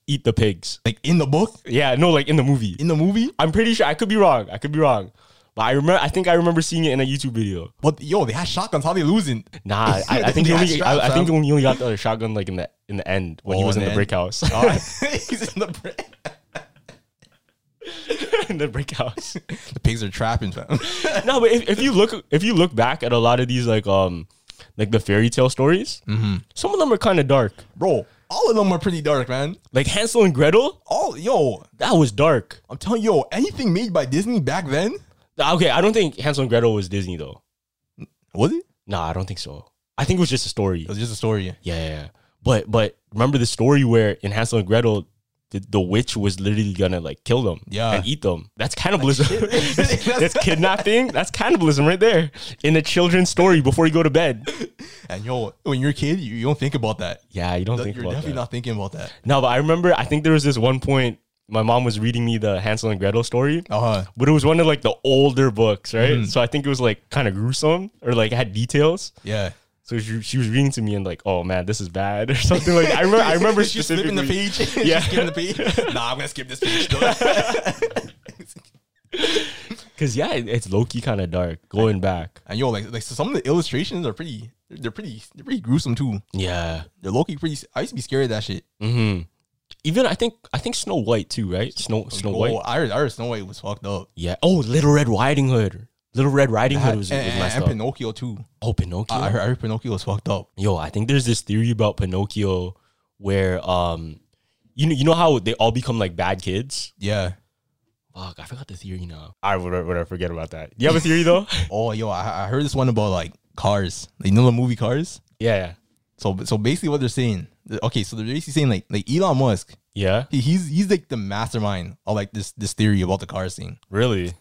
eat the pigs.
like in the book,
Yeah, no, like in the movie.
in the movie.
I'm pretty sure I could be wrong. I could be wrong. But I remember I think I remember seeing it in a YouTube video.
But yo, they had shotguns. How they losing?
Nah, I, I think he
Yeah,
only.
straps,
I, I think
huh?
he only got the shotgun like in the in the end when he
Oh,
was in
in
the
the
brick house.
He's in the bread.
in the brick house.
The pigs are trapping, fam.
no, but if, if you look if you look back at a lot of these like um like the fairy tale stories, some of them are kind of dark.
Bro, all of them are pretty dark, man.
Like Hansel and Gretel,
All yo,
that was dark.
I'm telling you, yo, anything made by Disney back then
Okay, I don't think Hansel and Gretel was Disney though.
was it?
Nah, I don't think so. I think it was just a story.
It was just a story.
Yeah, yeah, yeah. But but remember the story where in Hansel and Gretel, the, the witch was literally gonna like kill them,
Yeah.
and eat them. That's cannibalism. that's, that's kidnapping. That's cannibalism right there in a children's story before you go to bed.
And yo, when you're a kid, you, you don't think about that.
Yeah, you don't
You're
think about
definitely
that.
not thinking about that.
No, but I remember. I think there was this one point my mom was reading me the Hansel and Gretel story.
Uh huh.
But it was one of like the older books, right?
Mm-hmm.
So I think it was like kind of gruesome or like had details.
Yeah.
So she, she was reading to me and like, oh man, this is bad or something like. That. I remember. I remember
She's flipping the
specifically.
page.
Yeah.
She's skipping the page. Nah, I'm gonna skip this page. though.
Cause yeah, it- it's low key kind of dark going back.
and yo, like, like so some of the illustrations are pretty. They're pretty. They're pretty gruesome too.
Yeah.
They're Loki pretty. I used to be scared of that shit.
Mm-hmm. Even I think I think Snow White too, right? Snow Snow White.
Oh, I heard, I heard Snow White was fucked up.
Yeah. Oh, Little Red Riding Hood. Little Red Riding Hood was,
and,
was
and-
messed
and
up.
Pinocchio too.
oh, Pinocchio.
I, heard, I heard Pinocchio was fucked up.
Yo, I think there's this theory about Pinocchio where um, you know you know how they all become like bad kids.
Yeah.
Fuck, I forgot the theory now. I whatever, whatever forget about that. You have a theory though?
Oh, yo, I, I heard this one about like cars. You know the movie Cars.
yeah,
So, so basically, what they're saying. Okay, so they're basically saying like, like Elon Musk.
yeah.
He, he's he's like the mastermind of like this this theory about the car scene.
Really?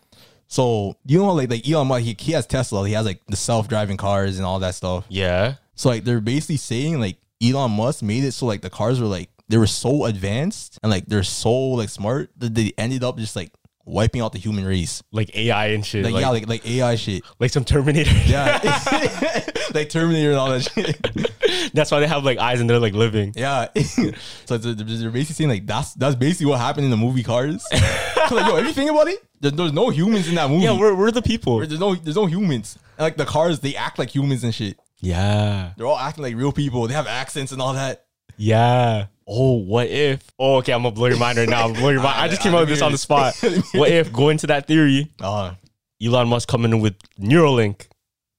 So you know how, like like Elon Musk he, he has Tesla he has like the self driving cars and all that stuff.
Yeah.
So like they're basically saying like Elon Musk made it so like the cars were like they were so advanced and like they're so like smart that they ended up just like wiping out the human race.
like AI and shit,
Like,
like
yeah,
like,
like like AI shit.
some Terminator.
Yeah, like Terminator and all that shit.
That's why they have like eyes and they're like living.
Yeah, so it's- they're basically saying like that's that's basically what happened in the movie Cars. So, like, yo, if you think about it, there's, there's no humans in that movie.
Yeah, we're, we're the people.
there's no there's no humans. And, like the cars, they act like humans and shit.
yeah,
They're all acting like real people. They have accents and all that.
yeah. Oh, what if? Oh, okay, I'm gonna blow your mind right now. I'm gonna blow your mind. I just came up with this on the spot. What if going to that theory,
Uh,
Elon Musk coming in with Neuralink?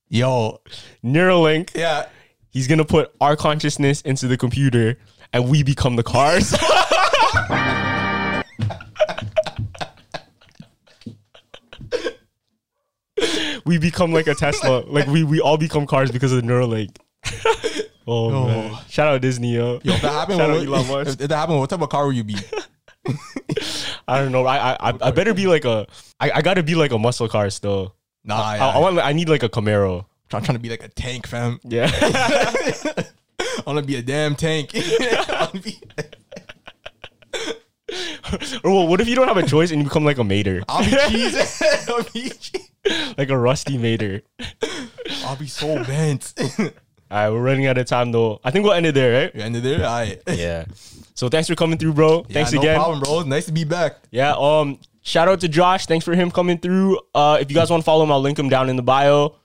yo,
Neuralink.
yeah.
He's gonna put our consciousness into the computer, and we become the cars. we become like a Tesla. Like we we all become cars because of the Neuralink. oh, man. shout out Disney, yo.
Yo, if that happened,
shout
what,
out Elon Musk.
if, if that happened, what type of car would you be?
I don't know. I I I- I better be like a. I, I gotta be like a muscle car still.
Nah, yeah,
I, I want. I need like a Camaro.
I'm trying to be like a tank, fam.
Yeah.
I want to be a damn tank. I wanna be-
or well, what if you don't have a choice and you become like a mater,
I'll be cheese. I'll be cheese.
like a rusty mater?
I'll be so bent.
All right, we're running out of time though. I think we'll end it there, right?
you ended there? All right.
Yeah. So thanks for coming through, bro. thanks
no
again.
problem, bro. Nice to be back.
Yeah. Um. Shout out to Josh. Thanks for him coming through. Uh, if you guys want to follow him, I'll link him down in the bio.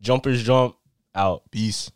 Jumpers jump out.
Peace.